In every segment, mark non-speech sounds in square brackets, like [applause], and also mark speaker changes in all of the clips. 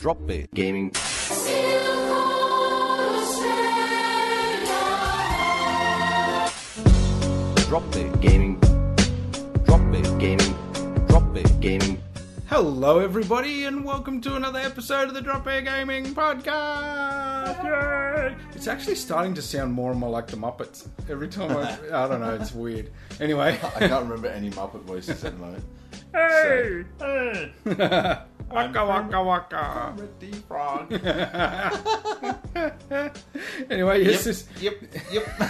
Speaker 1: drop B.
Speaker 2: gaming.
Speaker 1: Drop B.
Speaker 2: gaming,
Speaker 1: Drop B.
Speaker 2: gaming,
Speaker 1: Drop B.
Speaker 2: gaming.
Speaker 3: Hello, everybody, and welcome to another episode of the Drop Air Gaming Podcast. Yay! It's actually starting to sound more and more like the Muppets every time.
Speaker 4: [laughs]
Speaker 3: I, I don't know, it's weird. Anyway,
Speaker 4: I can't remember any Muppet voices at the moment.
Speaker 3: hey, hey, waka waka waka. [laughs] Anyway, yes, this
Speaker 4: Yep,
Speaker 3: [laughs]
Speaker 4: yep. [laughs]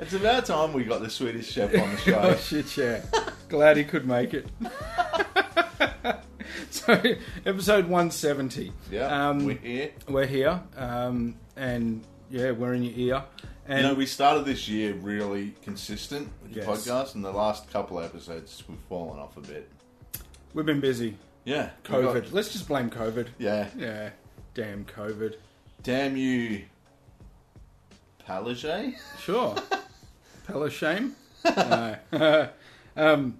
Speaker 4: It's about time we got the Swedish chef on the
Speaker 3: Oh [laughs]
Speaker 4: show.
Speaker 3: shit, yeah. Glad he could make it. [laughs] so, episode 170.
Speaker 4: Yeah,
Speaker 3: Um,
Speaker 4: we're here.
Speaker 3: We're here, um, and yeah, we're in your ear. And
Speaker 4: You know, we started this year really consistent with the
Speaker 3: Yes.
Speaker 4: podcast, and the last couple of episodes we've fallen off a bit.
Speaker 3: we've been busy.
Speaker 4: Yeah, we got-
Speaker 3: COVID. Let's just blame COVID.
Speaker 4: yeah.
Speaker 3: Yeah, damn COVID.
Speaker 4: Damn you, Palaszczuk.
Speaker 3: Sure.
Speaker 4: [laughs]
Speaker 3: Pella shame. No. [laughs] um,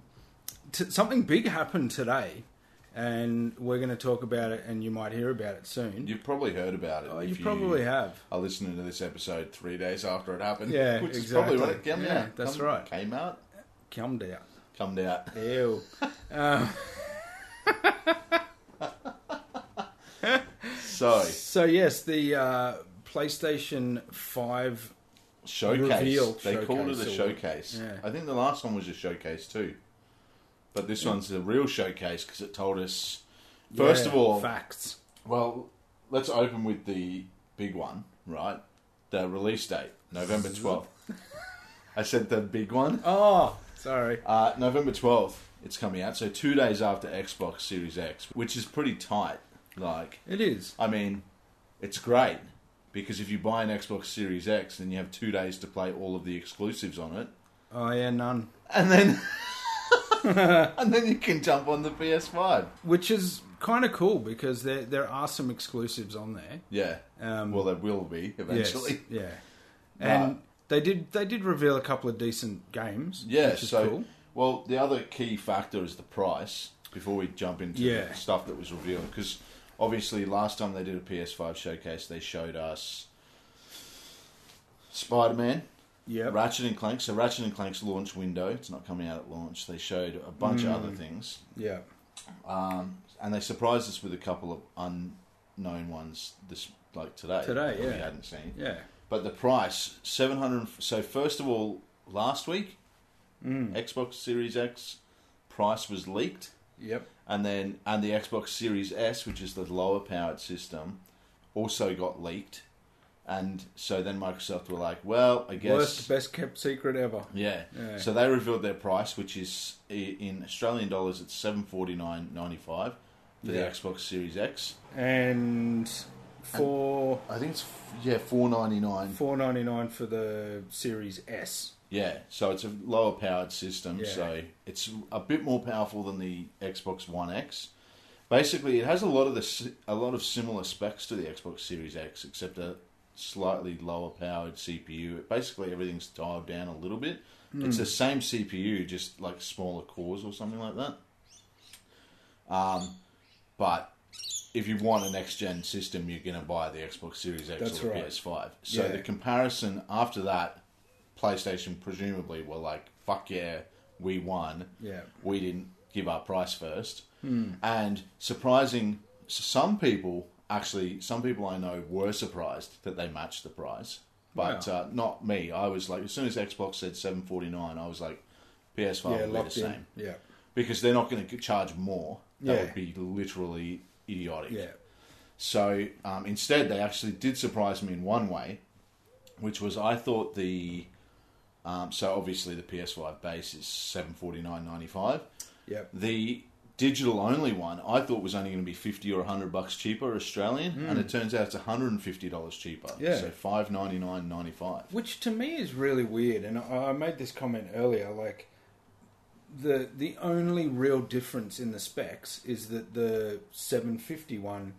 Speaker 3: t- something big happened today, and we're going to talk about it, and you might hear about it soon.
Speaker 4: You've probably heard about it.
Speaker 3: Oh,
Speaker 4: if
Speaker 3: you probably have.
Speaker 4: Are listening to this episode three days after it happened.
Speaker 3: Yeah,
Speaker 4: which
Speaker 3: exactly.
Speaker 4: is probably when it came
Speaker 3: Yeah,
Speaker 4: out.
Speaker 3: that's
Speaker 4: Come-
Speaker 3: right.
Speaker 4: Came out,
Speaker 3: Come down.
Speaker 4: come out. [laughs]
Speaker 3: Ew. um, [laughs]
Speaker 4: So
Speaker 3: so yes, the uh, PlayStation Five.
Speaker 4: showcase.
Speaker 3: Reveal
Speaker 4: they called it
Speaker 3: showcase
Speaker 4: a
Speaker 3: or-
Speaker 4: showcase.
Speaker 3: yeah.
Speaker 4: I think the last one was a showcase too, but this one's a real showcase because it told us. First
Speaker 3: yeah,
Speaker 4: of all,
Speaker 3: facts.
Speaker 4: well, let's open with the big one, right? The release date,
Speaker 3: [laughs]
Speaker 4: November twelfth. I said the big one.
Speaker 3: Oh, sorry.
Speaker 4: Uh, November twelfth, it's coming out. So two days after Xbox Series X, which is pretty tight. Like,
Speaker 3: It is.
Speaker 4: I mean, it's great because if you buy an Xbox Series X, then you have two days to play all of the exclusives on it.
Speaker 3: Oh yeah, none.
Speaker 4: and then [laughs] and then you can jump on the PS5.
Speaker 3: Which is kind of cool because there there are some exclusives on there.
Speaker 4: Yeah.
Speaker 3: Um,
Speaker 4: well, there will be
Speaker 3: Yes,
Speaker 4: eventually.
Speaker 3: yeah. And they did they did reveal a couple of decent games.
Speaker 4: [laughs] Yeah.
Speaker 3: which is
Speaker 4: So,
Speaker 3: cool.
Speaker 4: well, the other key factor is the price. Before we jump into
Speaker 3: Yeah.
Speaker 4: the stuff that was revealed, because obviously last time they did a PS5 showcase, they showed us Spider Man,
Speaker 3: Yep.
Speaker 4: Ratchet and Clank. So Ratchet and Clank's launch window. It's not coming out at launch. They showed a bunch of
Speaker 3: Hmm.
Speaker 4: other things.
Speaker 3: Yeah.
Speaker 4: Um, and they surprised us with a couple of unknown ones this like today.
Speaker 3: Today,
Speaker 4: that we
Speaker 3: yeah.
Speaker 4: hadn't seen.
Speaker 3: Yeah.
Speaker 4: But the price seven hundred. So first of all, last week,
Speaker 3: Hmm.
Speaker 4: Xbox Series X price was leaked,
Speaker 3: Yep.
Speaker 4: and then and the Xbox Series S, which is the lower powered system, also got leaked. And so then Microsoft were like, "Well, I guess
Speaker 3: Worst best kept secret ever.
Speaker 4: yeah.
Speaker 3: Yeah.
Speaker 4: So they revealed their price, which is i- in Australian dollars, it's seven forty nine ninety five for
Speaker 3: Yeah.
Speaker 4: the Xbox Series X.
Speaker 3: And for
Speaker 4: I think it's f- yeah four ninety nine.
Speaker 3: four ninety nine for the Series S.
Speaker 4: Yeah. So it's a lower powered system.
Speaker 3: Yeah.
Speaker 4: So it's a bit more powerful than the Xbox One X. Basically, it has a lot of the si- a lot of similar specs to the Xbox Series X, except a slightly lower powered CPU. It, basically, everything's dialed down a little bit.
Speaker 3: Hmm.
Speaker 4: It's the same CPU, just like smaller cores or something like that. Um, But if you want a next gen system, you're going to buy the Xbox Series X
Speaker 3: That's
Speaker 4: or the
Speaker 3: right.
Speaker 4: PS5. So
Speaker 3: Yeah.
Speaker 4: the comparison after that, PlayStation presumably were like, "Fuck yeah, we won.
Speaker 3: Yeah. Hmm.
Speaker 4: we didn't give our price first. And surprising, some people actually, some people I know were surprised that they matched the price, but
Speaker 3: Wow.
Speaker 4: uh, not me. I was like, as soon as Xbox said seven forty nine, I was like, PS5
Speaker 3: yeah,
Speaker 4: will be
Speaker 3: locked
Speaker 4: the same
Speaker 3: in. Yeah.
Speaker 4: because they're not going to charge more. That
Speaker 3: Yeah.
Speaker 4: would be literally idiotic.
Speaker 3: Yeah.
Speaker 4: So um, instead, they actually did surprise me in one way, which was I thought the um, so obviously the PS5 base is seven forty nine ninety five.
Speaker 3: Yep.
Speaker 4: The digital only one I thought was only going to be fifty or hundred bucks cheaper Australian, and it turns out it's one hundred and fifty dollars cheaper.
Speaker 3: Hmm. Yeah.
Speaker 4: so five ninety nine ninety five.
Speaker 3: Which to me is really weird, and I, I made this comment earlier. Like the the only real difference in the specs is that the 750 one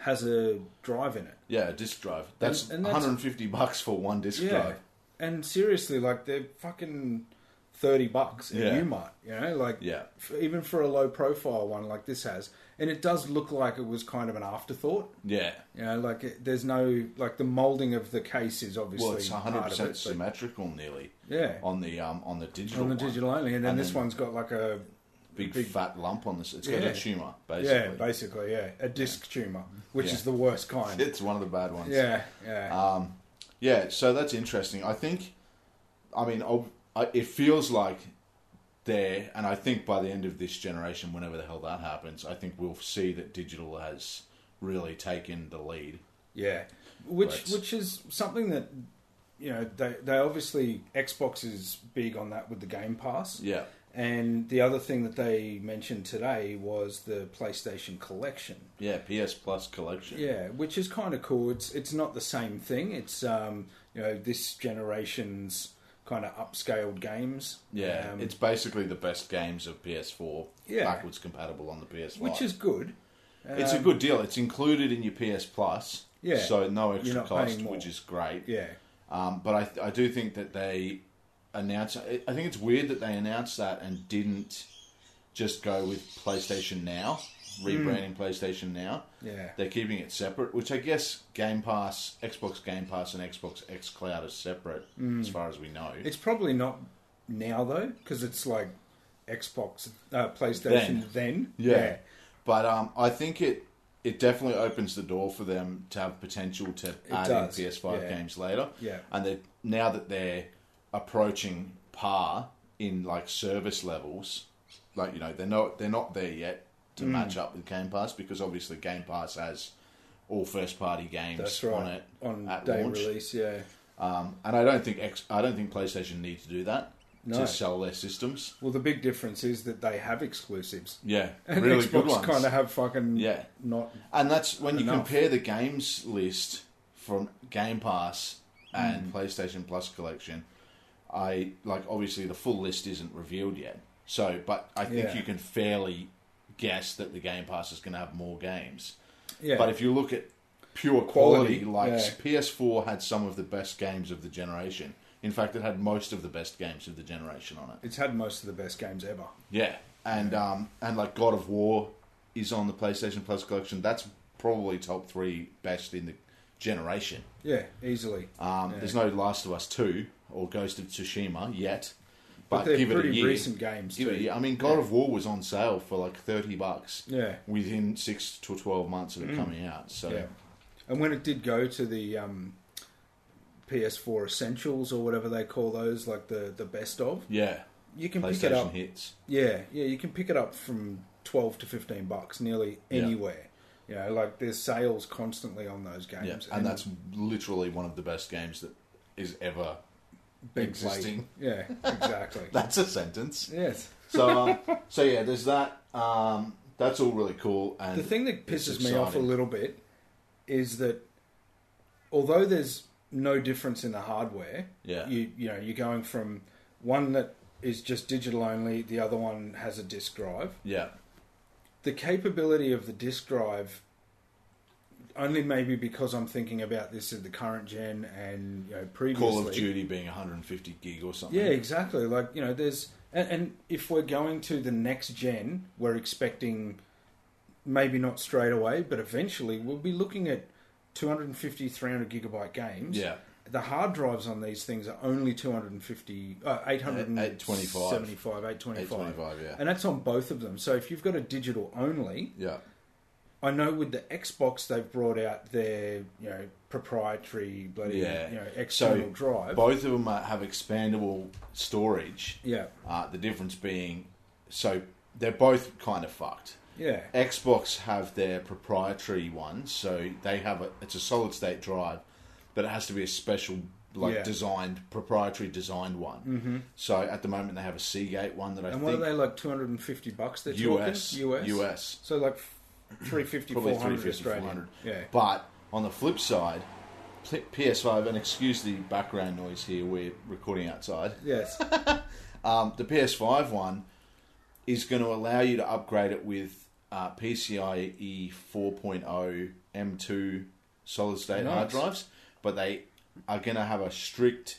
Speaker 3: has a drive in it.
Speaker 4: Yeah, a disc drive. That's
Speaker 3: and
Speaker 4: one
Speaker 3: that's-
Speaker 4: hundred and fifty bucks for one disc drive.
Speaker 3: And seriously, like they're fucking thirty bucks at
Speaker 4: Yeah.
Speaker 3: Newmart. You know, like
Speaker 4: Yeah.
Speaker 3: f- even for a low profile one like this has, and it does look like it was kind of an afterthought.
Speaker 4: Yeah.
Speaker 3: You know, like it, there's no like the molding of the case is obviously
Speaker 4: Well, it's
Speaker 3: part
Speaker 4: 100
Speaker 3: of
Speaker 4: percent
Speaker 3: it, but
Speaker 4: symmetrical, nearly.
Speaker 3: Yeah.
Speaker 4: On the um on the digital
Speaker 3: on the
Speaker 4: one.
Speaker 3: digital only, and then
Speaker 4: And
Speaker 3: this
Speaker 4: then-
Speaker 3: one's got like a
Speaker 4: big,
Speaker 3: big-
Speaker 4: fat lump on this. It's got
Speaker 3: Yeah.
Speaker 4: a tumor
Speaker 3: yeah,
Speaker 4: basically.
Speaker 3: basically yeah, a disc tumor, which
Speaker 4: Yeah.
Speaker 3: is the worst kind.
Speaker 4: It's one of the bad ones.
Speaker 3: Yeah, yeah.
Speaker 4: Um, yeah, so that's interesting. I think, I mean, ob- I, it feels like there, and I think by the end of this generation, whenever the hell that happens, I think we'll see that digital has really taken the lead.
Speaker 3: Yeah, which
Speaker 4: Right.
Speaker 3: which is something that you know they they obviously Xbox is big on that with the Game Pass.
Speaker 4: Yeah,
Speaker 3: And the other thing that they mentioned today was the PlayStation Collection.
Speaker 4: yeah. PS Plus collection.
Speaker 3: Yeah, which is kind of cool. It's it's not the same thing. It's um you know this generation's kind of upscaled games.
Speaker 4: Yeah,
Speaker 3: um,
Speaker 4: it's basically the best games of PS4
Speaker 3: Yeah.
Speaker 4: backwards compatible on the PS5.
Speaker 3: which is good. Uh,
Speaker 4: it's a good deal. It's included in your PS Plus.
Speaker 3: Yeah.
Speaker 4: So no
Speaker 3: You're
Speaker 4: extra
Speaker 3: not
Speaker 4: cost,
Speaker 3: paying more.
Speaker 4: which is great.
Speaker 3: Yeah,
Speaker 4: Um, but I, I do think that they announced. I I think it's weird that they announced that and didn't just go with PlayStation Now, rebranding PlayStation Now.
Speaker 3: yeah,
Speaker 4: They're keeping it separate, which I guess Game Pass, Xbox Game Pass, and Xbox X Cloud are separate as far as we know.
Speaker 3: It's probably not now though, because it's like Xbox, uh, PlayStation. Then,
Speaker 4: yeah. But um, I think it it definitely opens the door for them to have potential to add
Speaker 3: does,
Speaker 4: in PS5
Speaker 3: yeah.
Speaker 4: games later.
Speaker 3: Yeah.
Speaker 4: And they now that they're approaching par in like service levels, like you know they're not they're not there yet
Speaker 3: Mm.
Speaker 4: to match up with Game Pass because obviously Game Pass has all first party games
Speaker 3: that's right.
Speaker 4: on it
Speaker 3: On
Speaker 4: at
Speaker 3: day
Speaker 4: launch.
Speaker 3: release, yeah.
Speaker 4: Um, and I don't think X, I don't think PlayStation need to do that
Speaker 3: No.
Speaker 4: to sell their systems.
Speaker 3: Well, the big difference is that they have exclusives. [laughs]
Speaker 4: Yeah,
Speaker 3: And
Speaker 4: really
Speaker 3: Xbox
Speaker 4: good ones.
Speaker 3: kind of have fucking
Speaker 4: Yeah.
Speaker 3: not
Speaker 4: And that's when you
Speaker 3: Enough.
Speaker 4: compare the games list from Game Pass
Speaker 3: Hmm.
Speaker 4: and PlayStation Plus collection. I like obviously the full list isn't revealed yet. So, but I think
Speaker 3: Yeah.
Speaker 4: you can fairly guess that the Game Pass is going to have more games.
Speaker 3: yeah.
Speaker 4: But if you look at pure quality,
Speaker 3: Quality,
Speaker 4: like
Speaker 3: yeah.
Speaker 4: PS4 had some of the best games of the generation. In fact, it had most of the best games of the generation on it.
Speaker 3: it's had most of the best games ever.
Speaker 4: Yeah, and um, and like God of War is on the PlayStation Plus collection. That's probably top three best in the generation.
Speaker 3: Yeah, easily.
Speaker 4: Um,
Speaker 3: Yeah.
Speaker 4: There's no Last of Us two or Ghost of Tsushima yet, but,
Speaker 3: they're
Speaker 4: give it
Speaker 3: pretty
Speaker 4: a year.
Speaker 3: recent games.
Speaker 4: Give it a
Speaker 3: too.
Speaker 4: year. I mean, God of War was on sale for like thirty bucks.
Speaker 3: Yeah.
Speaker 4: Within six to twelve months of it coming out, so
Speaker 3: Mm. Yeah. And when it did go to the um, PS4 Essentials or whatever they call those, like the the best of,
Speaker 4: yeah,
Speaker 3: you can pick it
Speaker 4: PlayStation
Speaker 3: up.
Speaker 4: hits.
Speaker 3: Yeah, yeah, you can pick it up from twelve to fifteen bucks nearly
Speaker 4: Yeah.
Speaker 3: anywhere. You know, like there's sales constantly on those games,
Speaker 4: Yeah, and that's literally one of the best games that is ever
Speaker 3: been played.
Speaker 4: existing. [laughs]
Speaker 3: Yeah, exactly.
Speaker 4: That's a sentence.
Speaker 3: yes.
Speaker 4: So, um, so yeah, there's that. Um, that's all really cool. And
Speaker 3: The thing that
Speaker 4: it's
Speaker 3: pisses me off a
Speaker 4: exciting.
Speaker 3: little bit is that although there's no difference in the hardware,
Speaker 4: Yeah.
Speaker 3: you you know you're going from one that is just digital only, the other one has a disk drive.
Speaker 4: Yeah,
Speaker 3: The capability of the disk drive, only maybe because I'm thinking about this in the current gen and you know previously.
Speaker 4: Call of Duty being 150 gig or something.
Speaker 3: Yeah, exactly. Like you know, there's and, and if we're going to the next gen, we're expecting maybe not straight away, but eventually we'll be looking at 250, 300 gigabyte games.
Speaker 4: Yeah.
Speaker 3: The hard drives on these things are only 250, uh, 875, 825.
Speaker 4: 825. Yeah,
Speaker 3: And that's on both of them. So if you've got a digital only,
Speaker 4: yeah,
Speaker 3: I know with the Xbox they've brought out their, you know, proprietary bloody,
Speaker 4: yeah.
Speaker 3: you know, external
Speaker 4: so
Speaker 3: drive.
Speaker 4: Both of them are- have expandable storage.
Speaker 3: yeah.
Speaker 4: Uh, the difference being, so they're both kind of fucked.
Speaker 3: Yeah.
Speaker 4: Xbox have their proprietary ones, so they have a it's a solid state drive, but it has to be a special like
Speaker 3: Yeah.
Speaker 4: designed proprietary designed one. Mm-hmm. So at the moment they have a Seagate one that I
Speaker 3: And what are
Speaker 4: think
Speaker 3: they like? Two hundred and fifty bucks. They're
Speaker 4: US,
Speaker 3: talking US.
Speaker 4: US.
Speaker 3: So like three fifty,
Speaker 4: probably
Speaker 3: four hundred
Speaker 4: 350,
Speaker 3: Australian.
Speaker 4: 400.
Speaker 3: Yeah.
Speaker 4: But on the flip side, P- PS5 and excuse the background noise here. We're recording outside.
Speaker 3: yes.
Speaker 4: Um, the PS5 one is going to allow you to upgrade it with uh, PCIe 4.0 M2 oh solid state
Speaker 3: Nice.
Speaker 4: hard drives, but they are going to have a strict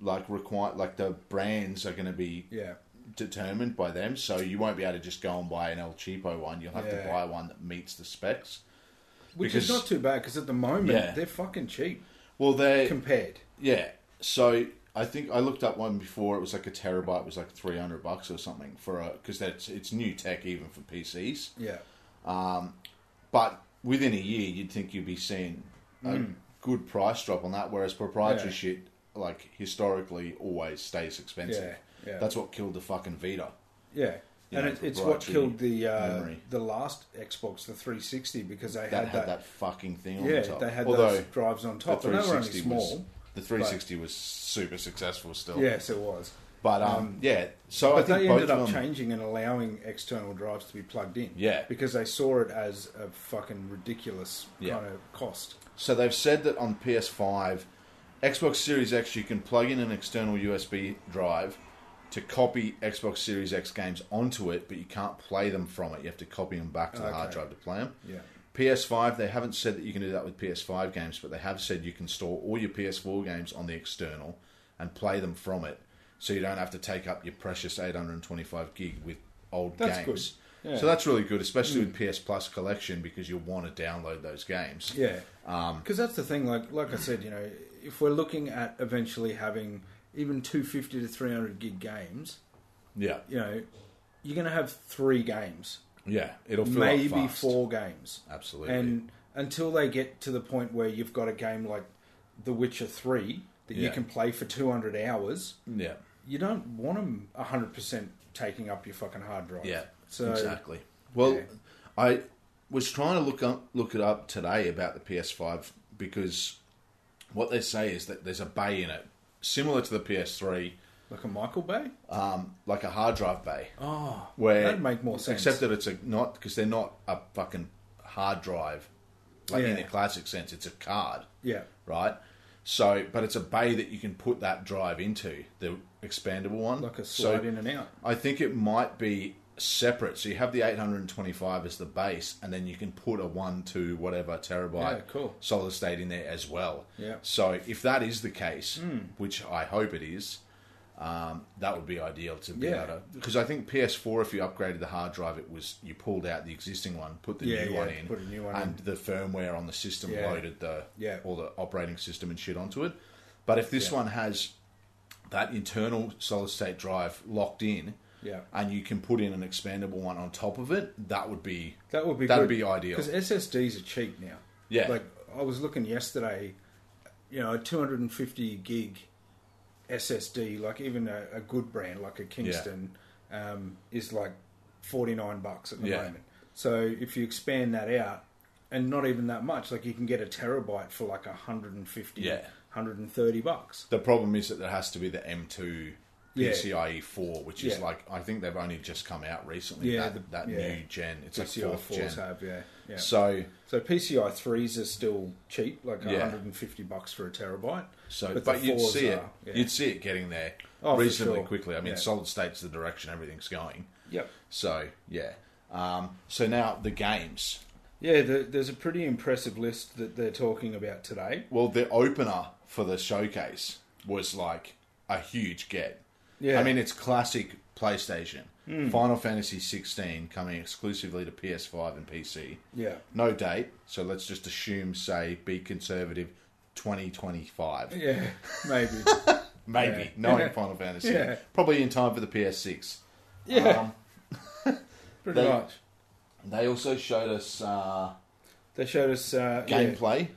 Speaker 4: like require like the brands are going to be
Speaker 3: Yeah.
Speaker 4: determined by them, so you won't be able to just go and buy an El Cheapo one. You'll have to
Speaker 3: Yeah.
Speaker 4: buy one that meets the specs.
Speaker 3: Which is
Speaker 4: Because-
Speaker 3: not too bad because at the moment
Speaker 4: Yeah.
Speaker 3: they're fucking cheap
Speaker 4: Well, they
Speaker 3: compared.
Speaker 4: yeah. So I think I looked up one before. It was like a terabyte. It was like three hundred bucks or something for a because that's it's new tech even for PCs.
Speaker 3: Yeah.
Speaker 4: But within a year, you'd think you'd be seeing a good price drop on that. Whereas proprietary
Speaker 3: Hmm. Yeah.
Speaker 4: shit, like historically, always stays expensive.
Speaker 3: Yeah, yeah.
Speaker 4: That's what killed the fucking Vita.
Speaker 3: Yeah.
Speaker 4: You
Speaker 3: and
Speaker 4: know,
Speaker 3: it, it's what
Speaker 4: proprietary
Speaker 3: killed the uh,
Speaker 4: memory.
Speaker 3: the last Xbox, the 360, because they
Speaker 4: That had,
Speaker 3: had that.
Speaker 4: that, fucking thing on
Speaker 3: yeah,
Speaker 4: the top.
Speaker 3: they had
Speaker 4: Although
Speaker 3: those drives on top,
Speaker 4: the
Speaker 3: and they were only
Speaker 4: 360 was
Speaker 3: small.
Speaker 4: the 360 was super successful still.
Speaker 3: Yes, it was.
Speaker 4: But um, yeah, so I
Speaker 3: But
Speaker 4: think
Speaker 3: they
Speaker 4: both
Speaker 3: ended
Speaker 4: of
Speaker 3: up
Speaker 4: them,
Speaker 3: changing and allowing external drives to be plugged in.
Speaker 4: Yeah.
Speaker 3: Because they saw it as a fucking ridiculous
Speaker 4: Yeah.
Speaker 3: kind of cost.
Speaker 4: So they've said that on PS5, Xbox Series X, you can plug in an external USB drive to copy Xbox Series X games onto it, but you can't play them from it. You have to copy them back to the hard
Speaker 3: Okay.
Speaker 4: drive to play them.
Speaker 3: Yeah.
Speaker 4: PS5, they haven't said that you can do that with PS5 games, but they have said you can store all your PS4 games on the external and play them from it, so you don't have to take up your precious 825 gig with old
Speaker 3: That's
Speaker 4: games.
Speaker 3: good. Yeah. Mm.
Speaker 4: So that's really good, especially with PS Plus collection, because you'll want to download those games.
Speaker 3: Yeah,
Speaker 4: Um,
Speaker 3: because that's the thing. Like, like I said, you know, if we're looking at eventually having even two fifty to three hundred gig games,
Speaker 4: Yeah,
Speaker 3: you know, you're going to have three games,
Speaker 4: yeah. It'll fill up
Speaker 3: maybe
Speaker 4: fast.
Speaker 3: four games,
Speaker 4: Absolutely.
Speaker 3: and until they get to the point where you've got a game like The Witcher Three that you
Speaker 4: Yeah.
Speaker 3: can play for two hundred hours,
Speaker 4: yeah,
Speaker 3: you don't want them hundred percent taking up your fucking hard drive.
Speaker 4: yeah.
Speaker 3: so
Speaker 4: exactly. Well,
Speaker 3: yeah.
Speaker 4: I was trying to look up look it up today about the PS5 because what they say is that there's a bay in it, similar to the PS3,
Speaker 3: like a Michael Bay.
Speaker 4: um, like a hard drive bay.
Speaker 3: Oh,
Speaker 4: where
Speaker 3: that'd make more sense.
Speaker 4: Except that it's a not because they're not a fucking hard drive, like in
Speaker 3: Yeah.
Speaker 4: the classic sense, it's a card.
Speaker 3: yeah,
Speaker 4: right? So, but it's a bay that you can put that drive into the expandable one,
Speaker 3: like a
Speaker 4: So
Speaker 3: slide in and out.
Speaker 4: I think it might be separate. So you have the 825 as the base, and then you can put a one, two, whatever terabyte
Speaker 3: Yeah, cool.
Speaker 4: solid state in there as well.
Speaker 3: Yeah. Hmm.
Speaker 4: So if that is the case, which I hope it is, um, that would be ideal to be
Speaker 3: Yeah.
Speaker 4: able to. Because I think PS4, if you upgraded the hard drive, it was you pulled out the existing one, put the
Speaker 3: Yeah,
Speaker 4: new
Speaker 3: yeah,
Speaker 4: one in,
Speaker 3: put a new one
Speaker 4: and the firmware on the system
Speaker 3: Yeah.
Speaker 4: loaded the
Speaker 3: Yeah.
Speaker 4: all the operating system and shit onto it. But if this
Speaker 3: Yeah.
Speaker 4: one has that internal solid state drive locked in,
Speaker 3: Yeah.
Speaker 4: and you can put in an expandable one on top of it, that would be
Speaker 3: That would be
Speaker 4: that'd
Speaker 3: good.
Speaker 4: be ideal.
Speaker 3: because SSDs are cheap now.
Speaker 4: Yeah.
Speaker 3: like I was looking yesterday, you know, a 250 gig SSD, like even a, a good brand like a Kingston, um, is like 49 bucks at the
Speaker 4: Yeah.
Speaker 3: moment. So if you expand that out, and not even that much, like you can get a terabyte for like 150,
Speaker 4: Yeah.
Speaker 3: 130 bucks.
Speaker 4: The problem is that there has to be the M2
Speaker 3: Yeah.
Speaker 4: PCIe 4, E which is
Speaker 3: Yeah.
Speaker 4: like I think they've only just come out recently.
Speaker 3: Yeah,
Speaker 4: that,
Speaker 3: the-
Speaker 4: that
Speaker 3: yeah.
Speaker 4: new gen, it's like
Speaker 3: PCI
Speaker 4: fourth gen.
Speaker 3: E fours have, yeah, yeah.
Speaker 4: So
Speaker 3: So PCI threes are still cheap, like
Speaker 4: Yeah.
Speaker 3: 150 bucks for a terabyte.
Speaker 4: So,
Speaker 3: the
Speaker 4: but, you'd
Speaker 3: fours
Speaker 4: see it.
Speaker 3: are- yeah.
Speaker 4: You'd see it getting there
Speaker 3: Oh, for
Speaker 4: reasonably
Speaker 3: sure.
Speaker 4: quickly. I mean,
Speaker 3: Yeah.
Speaker 4: solid state's the direction everything's going.
Speaker 3: Yep.
Speaker 4: So yeah. Um, so now the games.
Speaker 3: Yeah, the, there's a pretty impressive list that they're talking about today.
Speaker 4: Well, the opener for the showcase was like a huge get.
Speaker 3: Yeah. Hmm.
Speaker 4: I mean, it's classic PlayStation. Final Fantasy 16 coming exclusively to PS5 and PC.
Speaker 3: Yeah.
Speaker 4: No date, so let's just assume, say, be conservative, 2025.
Speaker 3: Yeah, [laughs] maybe. [laughs]
Speaker 4: Maybe,
Speaker 3: Yeah.
Speaker 4: knowing Final Fantasy.
Speaker 3: Yeah.
Speaker 4: Probably in time for the PS6.
Speaker 3: yeah,
Speaker 4: Um,
Speaker 3: pretty
Speaker 4: they-
Speaker 3: much.
Speaker 4: they also showed us uh,
Speaker 3: They showed us uh, yeah.
Speaker 4: gameplay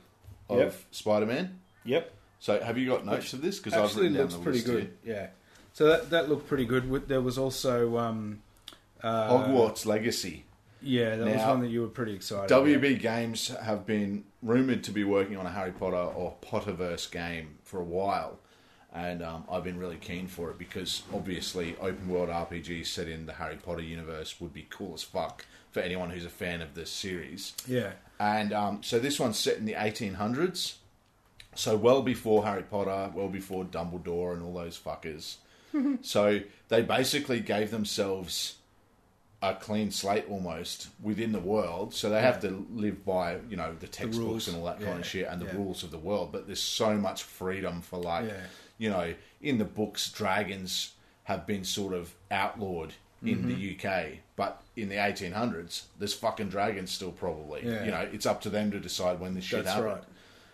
Speaker 4: of
Speaker 3: Yep.
Speaker 4: Spider Man.
Speaker 3: Yep.
Speaker 4: So, have you got notes of this? Because I've
Speaker 3: Actually,
Speaker 4: written down
Speaker 3: looks
Speaker 4: the
Speaker 3: pretty
Speaker 4: list
Speaker 3: good.
Speaker 4: here.
Speaker 3: Yeah. So that that looked pretty good. With- There was also um, uh,
Speaker 4: Hogwarts Legacy.
Speaker 3: Yeah, that was
Speaker 4: Now-
Speaker 3: one that you were pretty excited. about.
Speaker 4: WB Games have been rumored to be working on a Harry Potter or Potterverse game for a while, and um, I've been really keen for it because obviously open world RPGs set in the Harry Potter universe would be cool as fuck for anyone who's a fan of this series.
Speaker 3: Yeah.
Speaker 4: And um, so this one's set in the 1800s, so well before Harry Potter, well before Dumbledore and all those fuckers. so they basically gave themselves a clean slate almost within the world, so they have to live by you know the textbooks
Speaker 3: rules.
Speaker 4: and all that kind
Speaker 3: Yeah,
Speaker 4: of shit and the
Speaker 3: yeah.
Speaker 4: rules of the world. But there's so much freedom for like
Speaker 3: Yeah.
Speaker 4: you know in the books, dragons have been sort of outlawed in
Speaker 3: Mm-hmm.
Speaker 4: the UK, but in the 1800s, there's fucking dragons still probably.
Speaker 3: Yeah.
Speaker 4: You know, it's up to them to decide when this shit
Speaker 3: That's
Speaker 4: happened.
Speaker 3: right.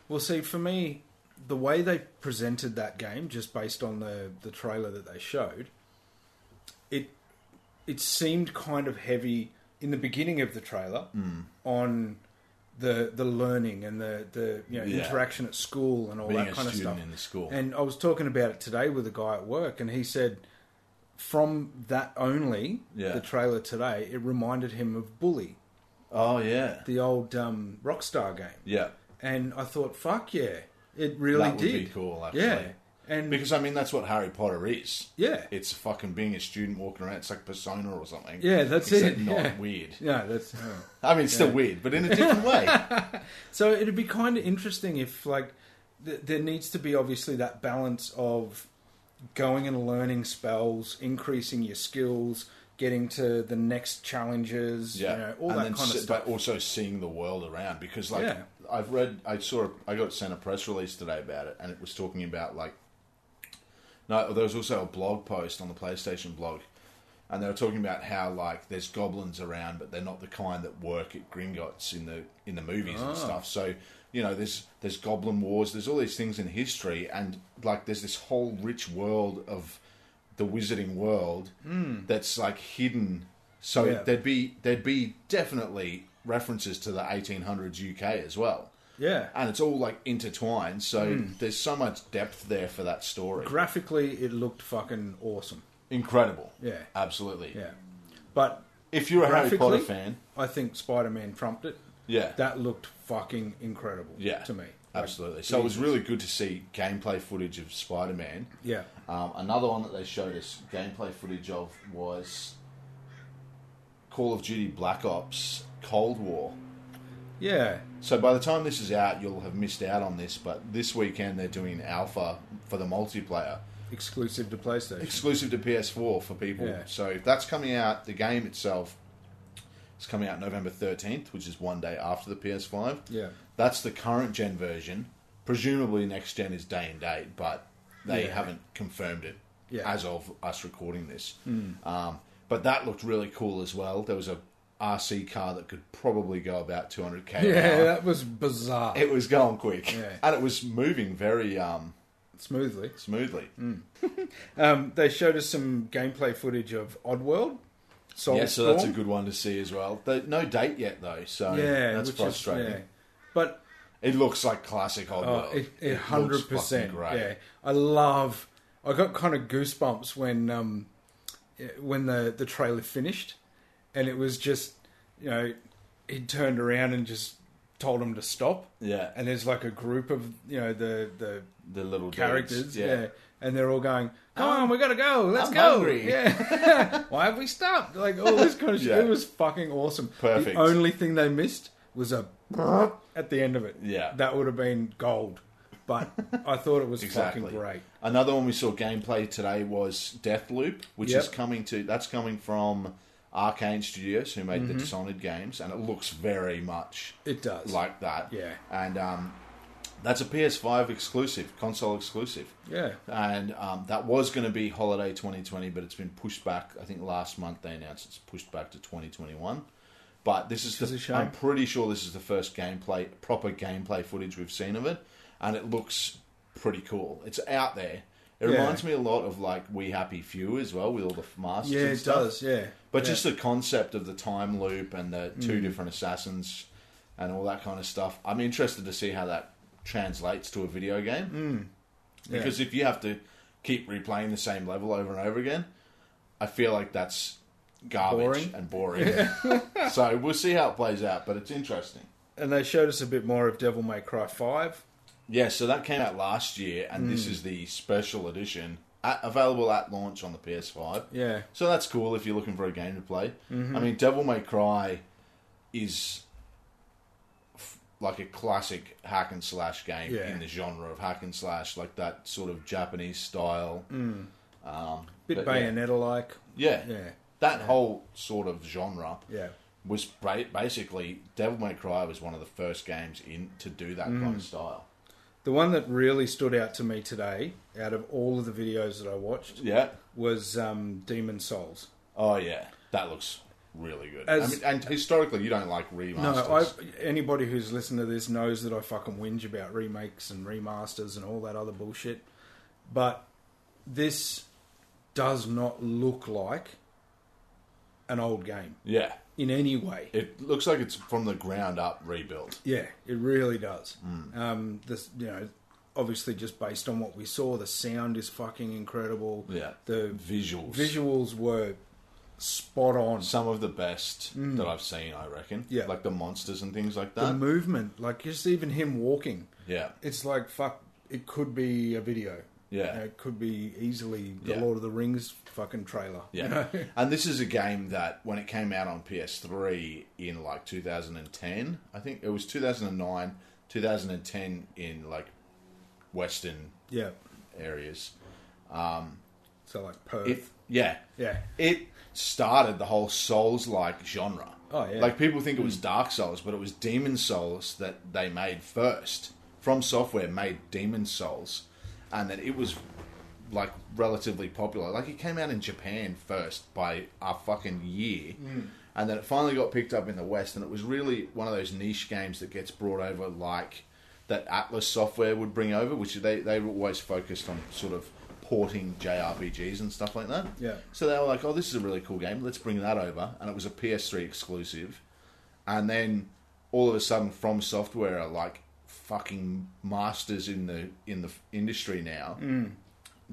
Speaker 3: Well, see, for me, the way they presented that game, just based on the the trailer that they showed, it it seemed kind of heavy in the beginning of the trailer
Speaker 4: Hmm.
Speaker 3: on the the learning and the the you know,
Speaker 4: Yeah.
Speaker 3: interaction at school and all
Speaker 4: Being
Speaker 3: that
Speaker 4: a
Speaker 3: kind of
Speaker 4: student
Speaker 3: stuff.
Speaker 4: in the school.
Speaker 3: And I was talking about it today with a guy at work, and he said. From that only,
Speaker 4: Yeah.
Speaker 3: the trailer today, it reminded him of Bully,
Speaker 4: Oh yeah,
Speaker 3: the old um, Rockstar game
Speaker 4: yeah.
Speaker 3: and I thought, fuck yeah, it really
Speaker 4: that would
Speaker 3: did.
Speaker 4: be cool, actually.
Speaker 3: Yeah, and
Speaker 4: Because I mean, that's what Harry Potter is.
Speaker 3: yeah,
Speaker 4: It's fucking being a student walking around. It's like Persona or something.
Speaker 3: Yeah, that's
Speaker 4: Except
Speaker 3: it,
Speaker 4: Not
Speaker 3: yeah.
Speaker 4: weird.
Speaker 3: yeah, that's yeah.
Speaker 4: I mean, it's still weird, but in a different way.
Speaker 3: [laughs] so. It'd be kind of interesting if like th- there needs to be obviously that balance of going and learning spells, increasing your skills, getting to the next challenges,
Speaker 4: Yeah,
Speaker 3: you know, all
Speaker 4: and
Speaker 3: that
Speaker 4: then
Speaker 3: kind of
Speaker 4: se-
Speaker 3: stuff.
Speaker 4: But also seeing the world around because, like,
Speaker 3: Yeah.
Speaker 4: I've read, I saw, I got sent a press release today about it, and it was talking about like, no, there was also a blog post on the PlayStation blog, and they were talking about how like there's goblins around, but they're not the kind that work at Gringotts in the in the movies
Speaker 3: Ah.
Speaker 4: and stuff. So you know, there's there's goblin wars, there's all these things in history, and like there's this whole rich world of the wizarding world that's like hidden. So
Speaker 3: Hmm. Yeah.
Speaker 4: there'd be there'd be definitely references to the 1800s UK as well,
Speaker 3: yeah,
Speaker 4: and it's all like intertwined. So
Speaker 3: Hmm.
Speaker 4: there's so much depth there for that story.
Speaker 3: graphically, it looked fucking awesome.
Speaker 4: Incredible,
Speaker 3: Yeah.
Speaker 4: absolutely.
Speaker 3: Yeah, but
Speaker 4: If you're a Harry Potter
Speaker 3: Graphically?
Speaker 4: fan,
Speaker 3: I think Spider-Man trumped it.
Speaker 4: yeah,
Speaker 3: That looked fucking incredible.
Speaker 4: yeah,
Speaker 3: to me, Like,
Speaker 4: absolutely. So it was really good to see gameplay footage of Spider-Man.
Speaker 3: yeah.
Speaker 4: Um, another one that they showed us gameplay footage of was Call of Duty Black Ops Cold War.
Speaker 3: Yeah,
Speaker 4: So by the time this is out, you'll have missed out on this. But this weekend they're doing alpha for the multiplayer,
Speaker 3: exclusive to PlayStation.
Speaker 4: exclusive to PS4 for people.
Speaker 3: Yeah.
Speaker 4: So if that's coming out, the game itself is coming out November thirteenth, which is one day after the PS5.
Speaker 3: Yeah,
Speaker 4: That's the current gen version. Presumably next gen is day and date, but they
Speaker 3: Yeah.
Speaker 4: haven't confirmed it
Speaker 3: Yeah. Hmm.
Speaker 4: as of us recording this. Um, but that looked really cool as well. There was a RC car that could probably go about 200k. an
Speaker 3: yeah,
Speaker 4: hour.
Speaker 3: that was bizarre.
Speaker 4: It was going quick,
Speaker 3: Yeah.
Speaker 4: and it was moving very um,
Speaker 3: Smoothly,
Speaker 4: smoothly.
Speaker 3: Hmm. um, they showed us some gameplay footage of Oddworld. Soul
Speaker 4: Yeah, so that's a
Speaker 3: Storm.
Speaker 4: good one to see as well. They, no date yet though, so
Speaker 3: yeah,
Speaker 4: that's
Speaker 3: which is-
Speaker 4: frustrating.
Speaker 3: yeah. But
Speaker 4: It looks like classic old
Speaker 3: oh,
Speaker 4: world.
Speaker 3: it-
Speaker 4: It
Speaker 3: it
Speaker 4: looks
Speaker 3: hundred percent.
Speaker 4: fucking great.
Speaker 3: Yeah, I love. I got kind of goosebumps when um, when the the trailer finished, and it was just you know he turned around and just told him to stop,
Speaker 4: yeah,
Speaker 3: and there's like a group of you know the the
Speaker 4: the little dudes,
Speaker 3: characters, yeah. and they're all going, "Come on, we gotta go, let's
Speaker 4: Oh, I'm
Speaker 3: go!"
Speaker 4: hungry.
Speaker 3: Yeah, [laughs] why have we stopped? Like all this kind of shit.
Speaker 4: [laughs] Yeah.
Speaker 3: It was fucking awesome.
Speaker 4: Perfect.
Speaker 3: The only thing they missed was a [laughs] at the end of it.
Speaker 4: Yeah.
Speaker 3: that would have been gold.
Speaker 4: [laughs]
Speaker 3: But I thought it was
Speaker 4: exactly.
Speaker 3: fucking great.
Speaker 4: Another one we saw gameplay today was Deathloop, which
Speaker 3: Yep.
Speaker 4: is coming to that's coming from Arcane Studios, who made the Dishonored games, and it looks very much
Speaker 3: Mm-hmm. It does.
Speaker 4: like that.
Speaker 3: Yeah.
Speaker 4: and um, that's a PS5 exclusive, console exclusive.
Speaker 3: yeah,
Speaker 4: And um, that was going to be holiday 2020, but it's been pushed back. I think last month they announced it's pushed back to 2021. But this is
Speaker 3: Which is
Speaker 4: the.
Speaker 3: a shame.
Speaker 4: I'm pretty sure this is the first gameplay, proper gameplay footage we've seen of it, and it looks pretty cool. It's out there. It
Speaker 3: Yeah.
Speaker 4: reminds me a lot of like We Happy Few as well, with all the masks.
Speaker 3: yeah,
Speaker 4: and
Speaker 3: it
Speaker 4: stuff.
Speaker 3: does. Yeah,
Speaker 4: But
Speaker 3: Yeah.
Speaker 4: just the concept of the time loop and the two different assassins and all that kind of stuff. I'm interested to see how that translates to a video game.
Speaker 3: Yeah.
Speaker 4: Because if you have to keep replaying the same level over and over again, I feel like that's garbage
Speaker 3: Boring.
Speaker 4: and boring. [laughs] so we'll see how it plays out, but it's interesting.
Speaker 3: and they showed us a bit more of Devil May Cry Five.
Speaker 4: Yeah, so that came out last year, and this is the special edition at, available at launch on the PS5.
Speaker 3: Yeah,
Speaker 4: So that's cool if you're looking for a game to play.
Speaker 3: Mm-hmm.
Speaker 4: I mean, Devil May Cry is f- like a classic hack and slash game
Speaker 3: Yeah.
Speaker 4: in the genre of hack and slash, like that sort of Japanese style. Um,
Speaker 3: bit
Speaker 4: but yeah.
Speaker 3: Bayonetta like.
Speaker 4: Yeah.
Speaker 3: Mm. Yeah.
Speaker 4: that whole sort of genre
Speaker 3: Yeah.
Speaker 4: was ba- basically Devil May Cry was one of the first games in to do
Speaker 3: Mm.
Speaker 4: that kind of style.
Speaker 3: The one that really stood out to me today, out of all of the videos that I watched,
Speaker 4: Yeah.
Speaker 3: was um, Demon Souls.
Speaker 4: Oh yeah, that looks really good. I
Speaker 3: As-
Speaker 4: mean, and historically, you don't like remasters.
Speaker 3: No, I, anybody who's listened to this knows that I fucking whinge about remakes and remasters and all that other bullshit. But this does not look like an old game
Speaker 4: yeah,
Speaker 3: in any way.
Speaker 4: it looks like it's from the ground up rebuilt.
Speaker 3: Yeah, it really does. Um, this, you know, obviously just based on what we saw, the sound is fucking incredible.
Speaker 4: Yeah.
Speaker 3: the
Speaker 4: Visuals,
Speaker 3: visuals were spot on.
Speaker 4: some of the best that I've seen. I reckon.
Speaker 3: Mm. Yeah.
Speaker 4: like the monsters and things like
Speaker 3: The
Speaker 4: that.
Speaker 3: movement, like just even him walking,
Speaker 4: yeah,
Speaker 3: it's like fuck. It could be a video.
Speaker 4: Yeah.
Speaker 3: You know, it could be easily the
Speaker 4: Yeah.
Speaker 3: Lord of the Rings fucking trailer. [laughs] you
Speaker 4: yeah.
Speaker 3: know?
Speaker 4: and this is a game that when it came out on PS3 in like 2010, I think it was 2009, 2010 in like Western
Speaker 3: yeah.
Speaker 4: areas.
Speaker 3: So like Perth.
Speaker 4: It yeah,
Speaker 3: yeah.
Speaker 4: it started the whole Souls like genre.
Speaker 3: Oh, yeah.
Speaker 4: Like people think it was Dark Souls, but it was Demon Souls that they made first. From Software made Demon Souls, and then it was like relatively popular. Like it came out in Japan first by a fucking year. And then it finally got picked up in the West, and it was really one of those niche games that gets brought over, like that Atlas Software would bring over, which they they were always focused on sort of porting JRPGs and stuff like that.
Speaker 3: Yeah.
Speaker 4: So they were like, "Oh, this is a really cool game. Let's bring that over." And it was a PS3 exclusive. And then all of a sudden, From Software are like fucking masters in the in the industry now.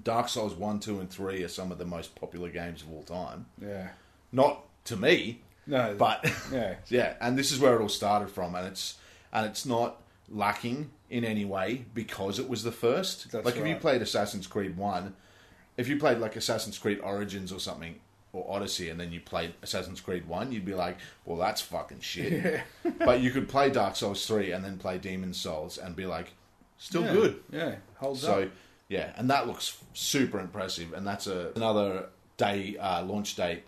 Speaker 4: Dark Souls one, two, and three are some of the most popular games of all time.
Speaker 3: Yeah.
Speaker 4: Not to me,
Speaker 3: No.
Speaker 4: but [laughs]
Speaker 3: yeah.
Speaker 4: yeah, and this is where it all started from, and it's and it's not lacking in any way because it was the first.
Speaker 3: That's
Speaker 4: like if you
Speaker 3: right.
Speaker 4: played Assassin's Creed One, if you played like Assassin's Creed Origins or something or Odyssey, and then you played Assassin's Creed One, you'd be like, "Well, that's
Speaker 3: [laughs]
Speaker 4: fucking shit." but you could play Dark Souls Three and then play Demon Souls and be like, "Still
Speaker 3: Yeah.
Speaker 4: good."
Speaker 3: Yeah. Holds
Speaker 4: So
Speaker 3: up.
Speaker 4: yeah, and that looks super impressive, and that's a, another day uh, launch date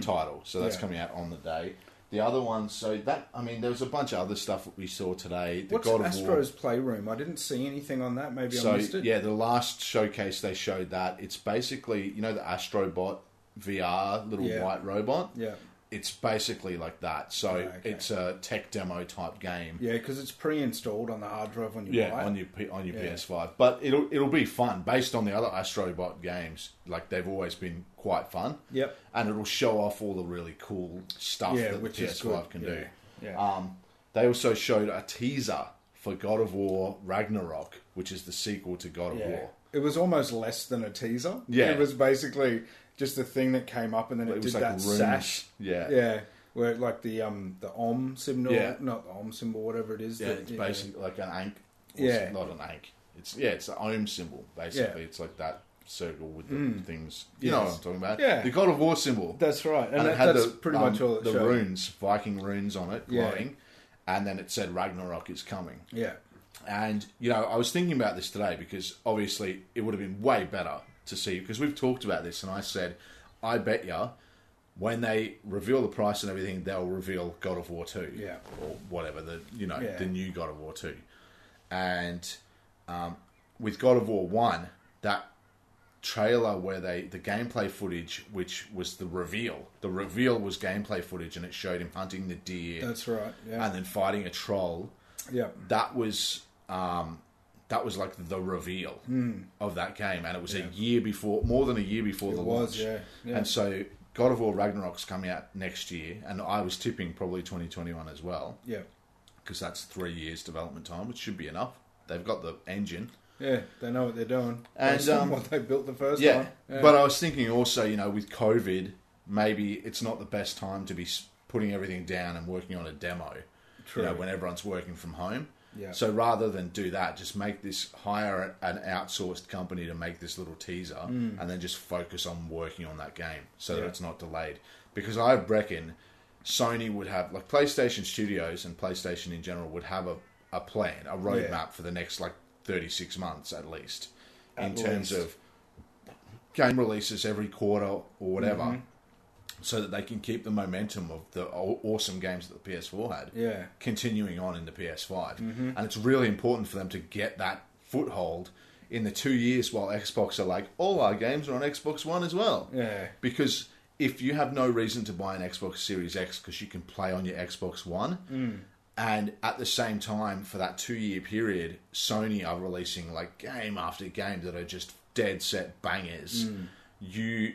Speaker 4: title. So that's
Speaker 3: Mm. Yeah.
Speaker 4: coming out on the day. The other one, so that I mean, there was a bunch of other stuff that we saw today. The
Speaker 3: What's
Speaker 4: God of
Speaker 3: Astro's Playroom? I didn't see anything on that. Maybe
Speaker 4: War.
Speaker 3: I
Speaker 4: So
Speaker 3: missed it.
Speaker 4: yeah, the last showcase they showed that it's basically you know the Astrobot VR little
Speaker 3: Yeah.
Speaker 4: white robot.
Speaker 3: Yeah.
Speaker 4: It's basically like that. So
Speaker 3: okay.
Speaker 4: it's a tech demo type game.
Speaker 3: Yeah, because it's pre-installed on the hard drive when you
Speaker 4: Yeah,
Speaker 3: buy it.
Speaker 4: on your P- on your
Speaker 3: Yeah.
Speaker 4: PS5. But it'll it'll be fun based on the other Astrobot games. Like they've always been quite fun.
Speaker 3: Yep.
Speaker 4: And it'll show off all the really cool stuff
Speaker 3: Yeah,
Speaker 4: that
Speaker 3: which
Speaker 4: the
Speaker 3: is
Speaker 4: PS5
Speaker 3: good.
Speaker 4: can
Speaker 3: Yeah.
Speaker 4: do.
Speaker 3: Yeah.
Speaker 4: Um, they also showed a teaser for God of War Ragnarok, which is the sequel to God of
Speaker 3: Yeah.
Speaker 4: War.
Speaker 3: It was almost less than a teaser.
Speaker 4: Yeah.
Speaker 3: It was basically just a thing that came up and then it,
Speaker 4: It was
Speaker 3: did
Speaker 4: like
Speaker 3: that
Speaker 4: rooms.
Speaker 3: sash.
Speaker 4: Yeah.
Speaker 3: Yeah. Where like the um the Om symbol
Speaker 4: Yeah.
Speaker 3: not the Om symbol, whatever it is.
Speaker 4: Yeah,
Speaker 3: that-
Speaker 4: it's basically like an ank. or
Speaker 3: Yeah.
Speaker 4: s- Not an ank. It's yeah, it's the ohm symbol basically.
Speaker 3: Yeah. Hmm.
Speaker 4: It's like that circle with the things. You know what
Speaker 3: Yes.
Speaker 4: I'm talking about?
Speaker 3: Yeah.
Speaker 4: The God of War symbol.
Speaker 3: That's right. And,
Speaker 4: and,
Speaker 3: that,
Speaker 4: it had
Speaker 3: that's
Speaker 4: the,
Speaker 3: pretty
Speaker 4: um,
Speaker 3: much all it
Speaker 4: the
Speaker 3: showed.
Speaker 4: runes, Viking runes on it
Speaker 3: Yeah.
Speaker 4: glowing, and then it said Ragnarok is coming.
Speaker 3: Yeah.
Speaker 4: And you know, I was thinking about this today because obviously it would have been way better to see because we've talked about this, and I said, I bet ya, when they reveal the price and everything, they'll reveal God of War two,
Speaker 3: Yeah.
Speaker 4: or whatever the you know
Speaker 3: Yeah.
Speaker 4: the new God of War two, and um, with God of War one that trailer where they the gameplay footage which was the reveal the reveal was gameplay footage and it showed him hunting the deer
Speaker 3: That's right. Yeah.
Speaker 4: and then fighting a troll
Speaker 3: yeah.
Speaker 4: that was um, that was like the reveal of that game, and it was a year before, more than a year before the
Speaker 3: was,
Speaker 4: launch.
Speaker 3: yeah, yeah.
Speaker 4: And so, God of War Ragnarok's coming out next year, and I was tipping probably 2021 as well,
Speaker 3: Yeah.
Speaker 4: because that's three years development time, which should be enough. They've got the engine.
Speaker 3: Yeah. They know what they're doing.
Speaker 4: And,
Speaker 3: Based on
Speaker 4: um,
Speaker 3: what they built the first
Speaker 4: Yeah.
Speaker 3: time. Yeah.
Speaker 4: but I was thinking also, you know, with COVID, maybe it's not the best time to be s- putting everything down and working on a demo.
Speaker 3: True.
Speaker 4: You know, when everyone's working from home.
Speaker 3: Yeah.
Speaker 4: So rather than do that, just make this hire an outsourced company to make this little teaser, and then just focus on working on that game so
Speaker 3: Mm. Yeah.
Speaker 4: that it's not delayed. Because I reckon Sony would have like PlayStation Studios and PlayStation in general would have a, a plan, a roadmap for the next like thirty six months at least in terms
Speaker 3: least.
Speaker 4: of game releases every quarter or whatever.
Speaker 3: Mm-hmm.
Speaker 4: so that they can keep the momentum of the aw- awesome games that the PS4 had
Speaker 3: Yeah. Mm-hmm.
Speaker 4: continuing on in the PS5. And it's really important for them to get that foothold in the two years while Xbox are like, all our games are on Xbox One as well.
Speaker 3: Yeah.
Speaker 4: Because if you have no reason to buy an Xbox Series X because you can play on your Xbox One,
Speaker 3: Mm.
Speaker 4: and at the same time, for that two year period, Sony are releasing like game after game that are just dead set bangers,
Speaker 3: Mm.
Speaker 4: you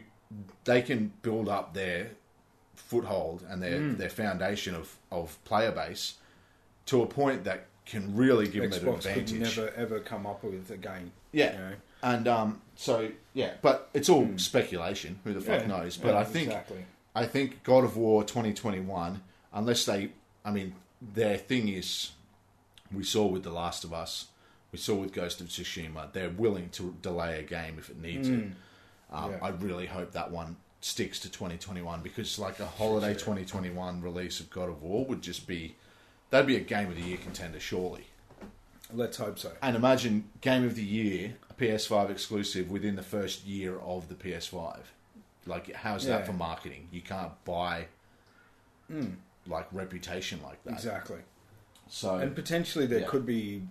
Speaker 4: they can build up their foothold and their,
Speaker 3: Mm.
Speaker 4: their foundation of, of player base to a point that can really give them an
Speaker 3: Xbox
Speaker 4: advantage.
Speaker 3: could never ever come up with a game.
Speaker 4: Yeah.
Speaker 3: You know? Mm.
Speaker 4: And um, so yeah, but it's all speculation. Who the fuck
Speaker 3: Yeah,
Speaker 4: knows? But
Speaker 3: yeah,
Speaker 4: I think
Speaker 3: exactly.
Speaker 4: I think God of War 2021, unless they, I mean, their thing is, we saw with The Last of Us, we saw with Ghost of Tsushima, they're willing to delay a game if it needs it. Um,
Speaker 3: Yeah.
Speaker 4: I really hope that one sticks to 2021 because like a holiday 2021 release of God of War would just be, that'd be a game of the year contender surely.
Speaker 3: Let's hope so.
Speaker 4: And imagine game of the year, a PS5 exclusive within the first year of the PS5. Like, how's
Speaker 3: Yeah. Hmm.
Speaker 4: that for marketing? You can't buy like reputation like that.
Speaker 3: Exactly.
Speaker 4: So
Speaker 3: And potentially there
Speaker 4: Yeah.
Speaker 3: could be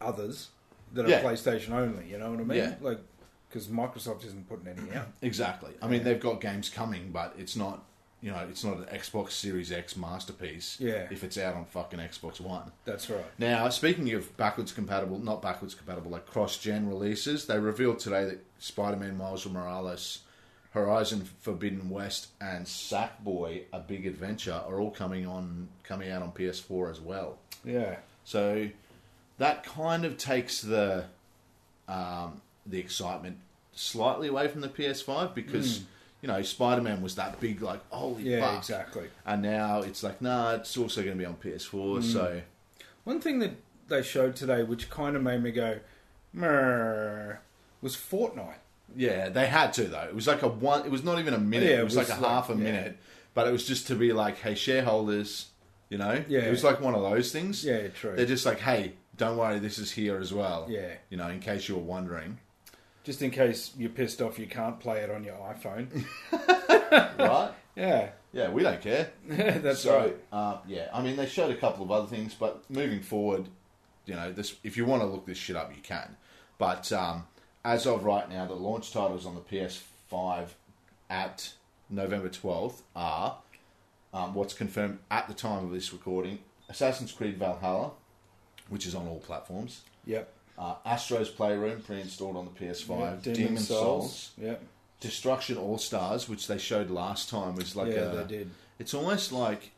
Speaker 3: others that are
Speaker 4: Yeah.
Speaker 3: PlayStation only. You know what I mean?
Speaker 4: Yeah.
Speaker 3: Like because Microsoft isn't putting any out.
Speaker 4: exactly. I mean, they've got games coming, but it's not. You know, it's not an Xbox Series X masterpiece.
Speaker 3: Yeah.
Speaker 4: If it's out on fucking Xbox One.
Speaker 3: That's right.
Speaker 4: Now, speaking of backwards compatible, not backwards compatible, like cross gen releases, they revealed today that Spider Man Miles Morales, Horizon Forbidden West, and Sackboy A Big Adventure are all coming on coming out on PS4 as well.
Speaker 3: Yeah.
Speaker 4: So that kind of takes the um, the excitement slightly away from the PS5 because you know Spider Man was that big, like holy
Speaker 3: Yeah.
Speaker 4: fuck,
Speaker 3: Exactly.
Speaker 4: and now it's like nah, it's also going to be on PS4. So
Speaker 3: One thing that they showed today, which kind of made me go, "Mer," was Fortnite.
Speaker 4: Yeah, they had to though. It was like a one. It was not even a minute.
Speaker 3: Yeah,
Speaker 4: it, was like a half a
Speaker 3: yeah.
Speaker 4: minute, but it was just to be like, hey, shareholders, you know.
Speaker 3: Yeah.
Speaker 4: It was like one of those things.
Speaker 3: Yeah, true.
Speaker 4: They're just like, hey, don't worry, this is here as well.
Speaker 3: Yeah.
Speaker 4: You know, in case you
Speaker 3: [laughs]
Speaker 4: were wondering,
Speaker 3: Just in case you're pissed off, you can't play it on your iPhone.
Speaker 4: [laughs] right?
Speaker 3: yeah, [laughs]
Speaker 4: Yeah, we don't care.
Speaker 3: that's
Speaker 4: so,
Speaker 3: right.
Speaker 4: Uh, yeah, I mean, they showed a couple of other things, but moving forward, you know, this if you want to look this shit up, you can. But um, as of right now, the launch titles on the PS5 at November 12th are um, what's confirmed at the time of this recording Assassin's Creed Valhalla, which is on all platforms,
Speaker 3: Yep.
Speaker 4: uh, Astro's Playroom, pre installed on the PS5,
Speaker 3: Demon
Speaker 4: Demon, Souls.
Speaker 3: Yep.
Speaker 4: Destruction All Stars, which they showed last time, was like uh,
Speaker 3: yeah,
Speaker 4: a,
Speaker 3: they did.
Speaker 4: it's almost like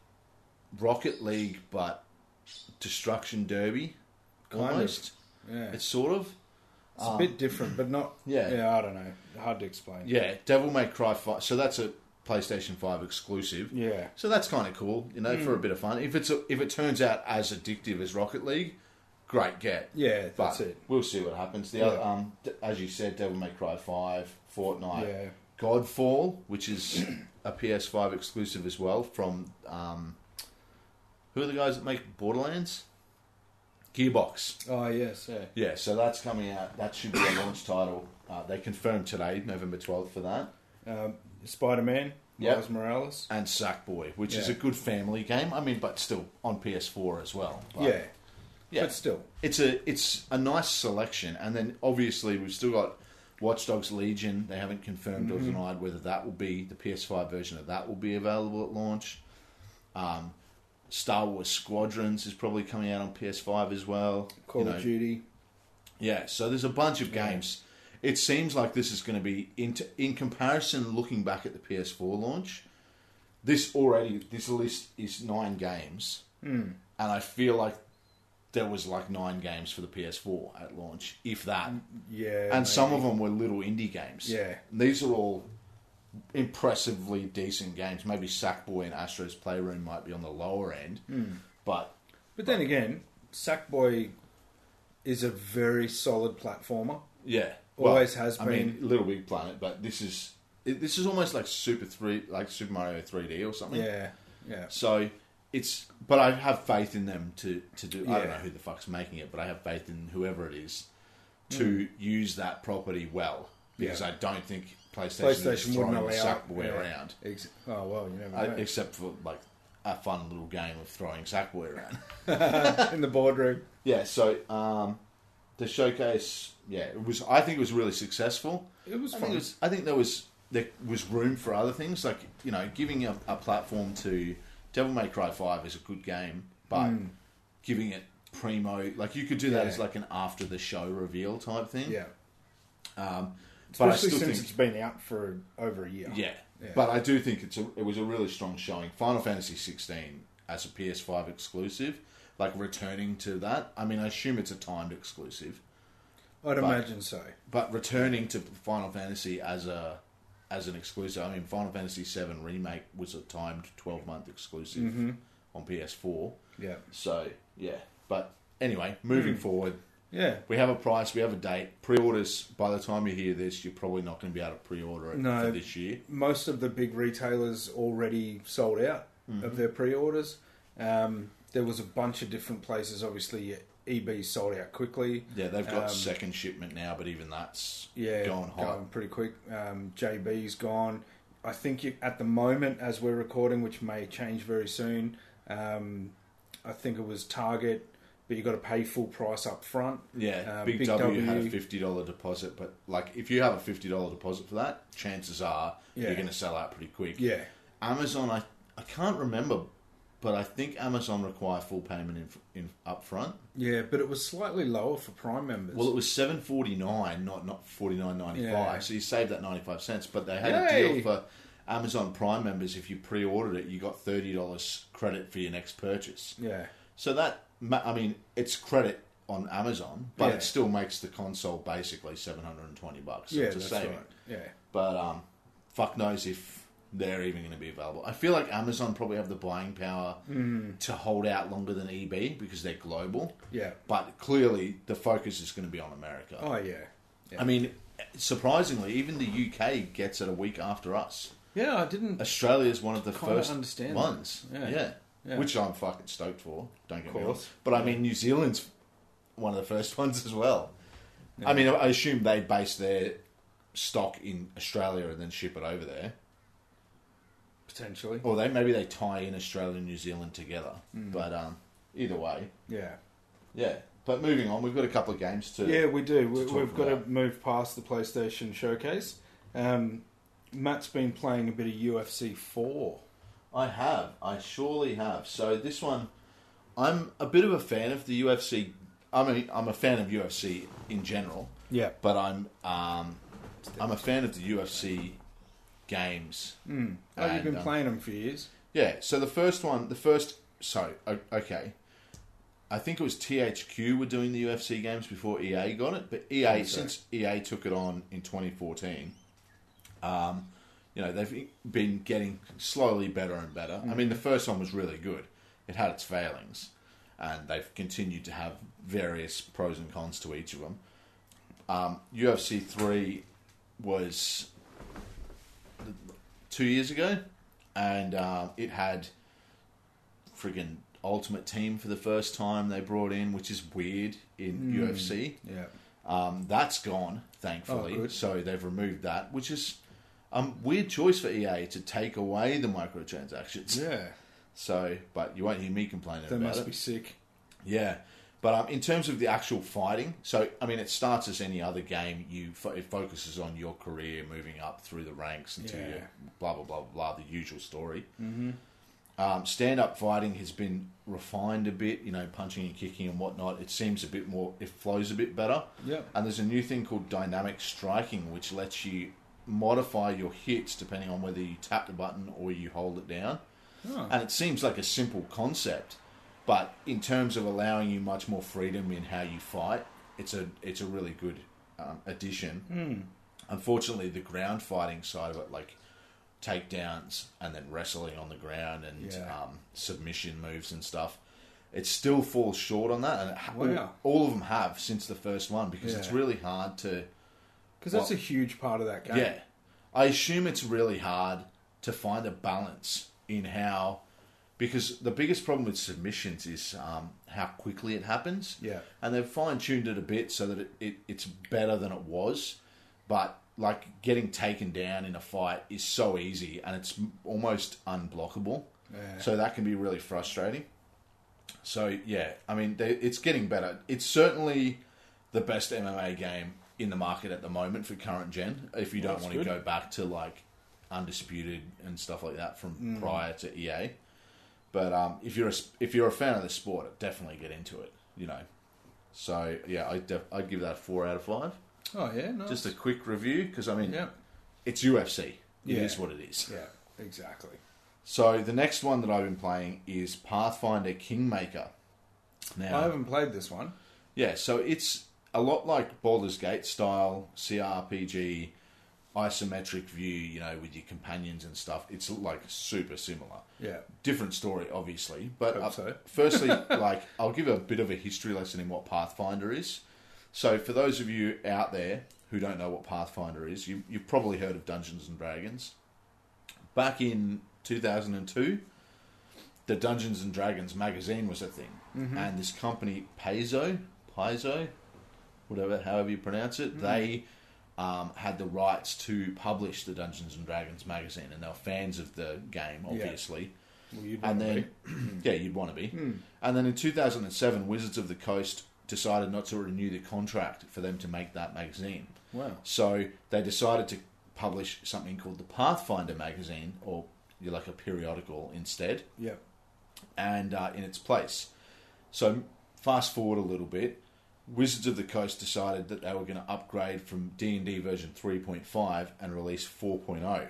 Speaker 4: Rocket League, but Destruction Derby.
Speaker 3: Kind of.
Speaker 4: almost.
Speaker 3: Yeah.
Speaker 4: It's sort of.
Speaker 3: It's a bit different, but not.
Speaker 4: um, yeah.
Speaker 3: Yeah, I don't know. Hard to explain.
Speaker 4: Yeah, Devil May Cry 5. So that's a PlayStation 5 exclusive.
Speaker 3: Yeah. Hmm.
Speaker 4: So that's kind of cool, you know, for a bit of fun. If it's a, if it turns out as addictive as Rocket League, great get.
Speaker 3: Yeah,
Speaker 4: But
Speaker 3: that's it.
Speaker 4: We'll see what happens. The
Speaker 3: Yeah.
Speaker 4: other, um, d- as you said, Devil May Cry Five, Fortnite,
Speaker 3: Yeah.
Speaker 4: Godfall, which is a PS5 exclusive as well from um, who are the guys that make Borderlands? Gearbox.
Speaker 3: Oh yes. Yeah.
Speaker 4: Yeah, so that's coming out. That should be a launch title. Uh, they confirmed today, November twelfth, for that.
Speaker 3: Um, Spider Man.
Speaker 4: Yep.
Speaker 3: Miles Morales.
Speaker 4: And Sackboy, which is
Speaker 3: Yeah.
Speaker 4: a good family game. I mean, but still on PS4 as well. But,
Speaker 3: yeah.
Speaker 4: yeah.
Speaker 3: But still.
Speaker 4: it's a it's a nice selection, and then obviously we've still got Watch Dogs Legion. They haven't confirmed
Speaker 3: Mm-hmm.
Speaker 4: or denied whether that will be the PS5 version of that will be available at launch. Um, Star Wars Squadrons is probably coming out on PS5 as well.
Speaker 3: Call
Speaker 4: You
Speaker 3: of
Speaker 4: know,
Speaker 3: Duty.
Speaker 4: yeah, so there's a bunch of
Speaker 3: Yeah.
Speaker 4: games. It seems like this is going to be in in comparison. Looking back at the PS4 launch, this already this list is nine games,
Speaker 3: Hmm.
Speaker 4: and I feel like there was like nine games for the PS4 at launch, if that.
Speaker 3: Yeah.
Speaker 4: and some of them were little indie games.
Speaker 3: Yeah.
Speaker 4: these are all impressively decent games. Maybe Sackboy and Astro's Playroom might be on the lower end,
Speaker 3: Hmm.
Speaker 4: but
Speaker 3: But then again, Sackboy is a very solid platformer.
Speaker 4: Yeah,
Speaker 3: Always has
Speaker 4: I mean, Little Big Planet, but this is it, this is almost like Super Three, like Super Mario 3D or something.
Speaker 3: Yeah. Yeah.
Speaker 4: So it's, but I have faith in them to to do. I
Speaker 3: Yeah.
Speaker 4: don't know who the fuck's making it, but I have faith in whoever it is to use that property well because
Speaker 3: Mm. Yeah.
Speaker 4: I don't think PlayStation, is
Speaker 3: PlayStation
Speaker 4: throwing
Speaker 3: wouldn't allow
Speaker 4: Sackboy
Speaker 3: yeah.
Speaker 4: around,
Speaker 3: Ex- oh well, you never
Speaker 4: Uh,
Speaker 3: know.
Speaker 4: except for like a fun little game of throwing Sackboy around.
Speaker 3: in the boardroom.
Speaker 4: yeah, so um, the showcase, yeah, it was. I think it was really successful.
Speaker 3: It was
Speaker 4: I
Speaker 3: fun.
Speaker 4: think, it was, I think there was there was room for other things, like you know, giving a, a platform to Devil May Cry Five is a good game, but giving it primo, like you could do that
Speaker 3: Hmm. Yeah.
Speaker 4: as like an after the show reveal type thing.
Speaker 3: yeah,
Speaker 4: but I
Speaker 3: especially
Speaker 4: still
Speaker 3: since
Speaker 4: think
Speaker 3: it's been out for over a year.
Speaker 4: yeah.
Speaker 3: Yeah.
Speaker 4: But I do think it's a, it was a really strong showing. Final Fantasy 16 as a PS5 exclusive, like returning to that. I mean, I assume it's a timed exclusive,
Speaker 3: I'd
Speaker 4: But-
Speaker 3: imagine so.
Speaker 4: but returning to Final Fantasy as a as an exclusive. I mean, Final Fantasy 7 remake was a timed 12 month exclusive
Speaker 3: Mm-hmm.
Speaker 4: on PS4.
Speaker 3: Yeah,
Speaker 4: So yeah, but anyway, moving
Speaker 3: Mm.
Speaker 4: forward.
Speaker 3: yeah.
Speaker 4: We have a price, we have a date. Pre orders, by the time you hear this, you're probably not going to be able to pre order it
Speaker 3: No.
Speaker 4: for this year.
Speaker 3: Most of the big retailers already sold out
Speaker 4: Mm-hmm.
Speaker 3: of their pre-orders. Um, there was a bunch of different places. Obviously, EB sold out quickly.
Speaker 4: Yeah, they've got
Speaker 3: Um,
Speaker 4: second shipment now, but even that's
Speaker 3: yeah,
Speaker 4: gone hot.
Speaker 3: pretty quick. Um, JB's gone. I think you, at the moment, as we're recording, which may change very soon, um, I think it was Target, but you got to pay full price up front.
Speaker 4: Yeah,
Speaker 3: Um,
Speaker 4: Big,
Speaker 3: Big
Speaker 4: W, had a
Speaker 3: W.
Speaker 4: fifty dollar deposit, but like if you have a fifty dollar deposit for that, chances are
Speaker 3: Yeah.
Speaker 4: you're going to sell out pretty quick.
Speaker 3: Yeah,
Speaker 4: Amazon, I I can't remember, but I think Amazon require full payment in, in upfront.
Speaker 3: yeah, but it was slightly lower for Prime members.
Speaker 4: Well, it was seven forty nine, not not forty nine ninety five.
Speaker 3: Yeah.
Speaker 4: So you saved that ninety five cents. But they had a
Speaker 3: Yay!
Speaker 4: deal for Amazon Prime members. If you pre ordered it, you got thirty dollars credit for your next purchase.
Speaker 3: yeah,
Speaker 4: So that, ma- I mean, it's credit on Amazon, but
Speaker 3: Yeah.
Speaker 4: it still makes the console basically seven hundred and twenty bucks. So
Speaker 3: yeah,
Speaker 4: it's a
Speaker 3: that's
Speaker 4: saving.
Speaker 3: right. Yeah,
Speaker 4: But um, fuck knows if they're even going to be available. I feel like Amazon probably have the buying power
Speaker 3: Hmm.
Speaker 4: to hold out longer than EB because they're global.
Speaker 3: yeah.
Speaker 4: But clearly, the focus is going to be on America.
Speaker 3: Oh yeah, yeah.
Speaker 4: I mean, surprisingly, even the UK gets it a week after us.
Speaker 3: yeah, I didn't.
Speaker 4: Australia is one of the
Speaker 3: Kinda
Speaker 4: first
Speaker 3: understand that.
Speaker 4: ones.
Speaker 3: Yeah.
Speaker 4: Yeah.
Speaker 3: Yeah.
Speaker 4: Which I'm fucking stoked for. Don't get me wrong.
Speaker 3: course.
Speaker 4: But I mean, New Zealand's one of the first [laughs] ones as well. I mean, I assume they base their stock in Australia and then ship it over there.
Speaker 3: Potentially,
Speaker 4: Or they maybe they tie in Australia and New Zealand together.
Speaker 3: Hmm.
Speaker 4: But um, either way,
Speaker 3: yeah.
Speaker 4: yeah. But moving on, we've got a couple of games to.
Speaker 3: Yeah, we do. We,
Speaker 4: talk
Speaker 3: we've got
Speaker 4: about.
Speaker 3: to move past the PlayStation showcase. Um, Matt's been playing a bit of UFC 4.
Speaker 4: I have. I surely have. So this one, I'm a bit of a fan of the UFC. I mean, I'm a fan of UFC in general.
Speaker 3: Yeah.
Speaker 4: but I'm um, I'm a fan of the UFC games. Mm.
Speaker 3: Oh, you've been playing them for years.
Speaker 4: Yeah. So the first one, the first. So o- okay, I think it was THQ were doing the UFC games before EA got it, but EA since EA took it on in 2014. Um, you know they've been getting slowly better and better. I mean, the first one was really good. It had its failings, and they've continued to have various pros and cons to each of them. Um, UFC three was two years ago, and um, it had friggin' Ultimate Team for the first time they brought in, which is weird
Speaker 3: Hmm.
Speaker 4: in UFC.
Speaker 3: Yeah.
Speaker 4: Um, that's gone, thankfully.
Speaker 3: Oh, good.
Speaker 4: so they've removed that, which is a weird choice for EA to take away the microtransactions.
Speaker 3: Yeah.
Speaker 4: So, but you won't hear me complaining
Speaker 3: They
Speaker 4: about
Speaker 3: must
Speaker 4: it.
Speaker 3: be sick.
Speaker 4: Yeah, but um, in terms of the actual fighting, so I mean, it starts as any other game. You fo- it focuses on your career, moving up through the ranks until
Speaker 3: Yeah.
Speaker 4: you blah blah blah blah. The usual story. Mm-hmm. Um, Stand up fighting has been refined a bit. You know, punching and kicking and whatnot. It seems a bit more. It flows a bit better.
Speaker 3: Yep.
Speaker 4: And there's a new thing called dynamic striking, which lets you modify your hits depending on whether you tap the button or you hold it down. And it seems like a simple concept, but in terms of allowing you much more freedom in how you fight, it's a it's a really good um, addition. Unfortunately, the ground fighting side of it, like takedowns and then wrestling on the ground and
Speaker 3: Yeah.
Speaker 4: um, submission moves and stuff, it still falls short on that. And it ha-
Speaker 3: Wow.
Speaker 4: all, all of them have since the first one because it's
Speaker 3: Yeah.
Speaker 4: really hard to.
Speaker 3: Because that's
Speaker 4: Well-
Speaker 3: a huge part of that game.
Speaker 4: Yeah. I assume it's really hard to find a balance in how. Because the biggest problem with submissions is um, how quickly it happens.
Speaker 3: Yeah.
Speaker 4: And they've fine tuned it a bit so that it, it, it's better than it was. But like getting taken down in a fight is so easy and it's m- almost unblockable.
Speaker 3: Yeah.
Speaker 4: So that can be really frustrating. So yeah, I mean, they, it's getting better. It's certainly the best MMA game in the market at the moment for current gen. If you don't
Speaker 3: that's
Speaker 4: want to
Speaker 3: good.
Speaker 4: go back to like undisputed and stuff like that from
Speaker 3: Mm.
Speaker 4: prior to EA, but um, if you're a, s- if you're a fan of the sport, definitely get into it. You know. So yeah, I def- I'd give that a four out of five.
Speaker 3: Oh yeah, nice.
Speaker 4: Just a quick review because I mean,
Speaker 3: yeah,
Speaker 4: it's UFC. It is
Speaker 3: Yeah.
Speaker 4: what it is.
Speaker 3: yeah, exactly.
Speaker 4: So the next one that I've been playing is Pathfinder Kingmaker.
Speaker 3: I
Speaker 4: Now,
Speaker 3: haven't played this one.
Speaker 4: yeah, so it's a lot like Baldur's Gate style CRPG, isometric view, you know, with your companions and stuff. It's like super similar.
Speaker 3: Yeah,
Speaker 4: Different story, obviously, but
Speaker 3: Hope
Speaker 4: uh,
Speaker 3: so. [laughs]
Speaker 4: firstly, like I'll give a bit of a history lesson in what Pathfinder is. So, for those of you out there who don't know what Pathfinder is, you, you've probably heard of Dungeons and Dragons. Back in 2002, the Dungeons and Dragons magazine was a thing,
Speaker 3: Mm-hmm.
Speaker 4: and this company Paizo, Paizo, whatever, however you pronounce
Speaker 3: Mm-hmm.
Speaker 4: it, they um, had the rights to publish the Dungeons and Dragons magazine, and they were fans of the game, obviously
Speaker 3: well, you'd
Speaker 4: and
Speaker 3: wanna Hmm.
Speaker 4: then [clears throat] yeah, you'd want to be. And then in 2007, Wizards of the Coast decided not to renew the contract for them to make that magazine.
Speaker 3: be. wow,
Speaker 4: So they decided to publish something called the Pathfinder magazine, or you know, like a periodical instead,
Speaker 3: yeah,
Speaker 4: and uh, in its place. So fast forward a little bit. Wizards of the Coast decided that they were going to upgrade from D&D version 3.5 and release 4.0.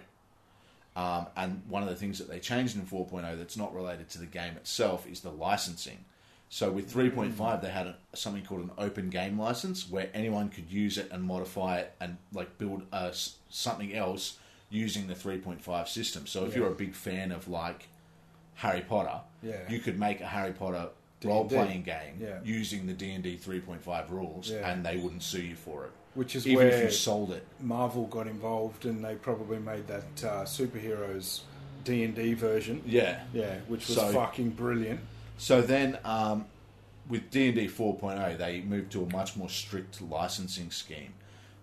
Speaker 4: Um, and one of the things that they changed in 4.0 that's not related to the game itself is the licensing. So
Speaker 3: Mm.
Speaker 4: with 3.5, they had a, something called an open game license where anyone could use it and modify it and like build a s something else using the 3.5 system. So if
Speaker 3: Yeah.
Speaker 4: you're a big fan of like Harry Potter,
Speaker 3: Yeah.
Speaker 4: you could make a Harry Potter role playing game
Speaker 3: Yeah.
Speaker 4: using the D and D 3.5 rules,
Speaker 3: Yeah.
Speaker 4: and they wouldn't sue you for it,
Speaker 3: which is
Speaker 4: even
Speaker 3: where
Speaker 4: if you sold it.
Speaker 3: Marvel got involved, and they probably made that uh, superheroes D and D version.
Speaker 4: Yeah.
Speaker 3: Yeah, which was
Speaker 4: So-
Speaker 3: fucking brilliant.
Speaker 4: So then, um, with D and D 4.0, they moved to a much more strict licensing scheme.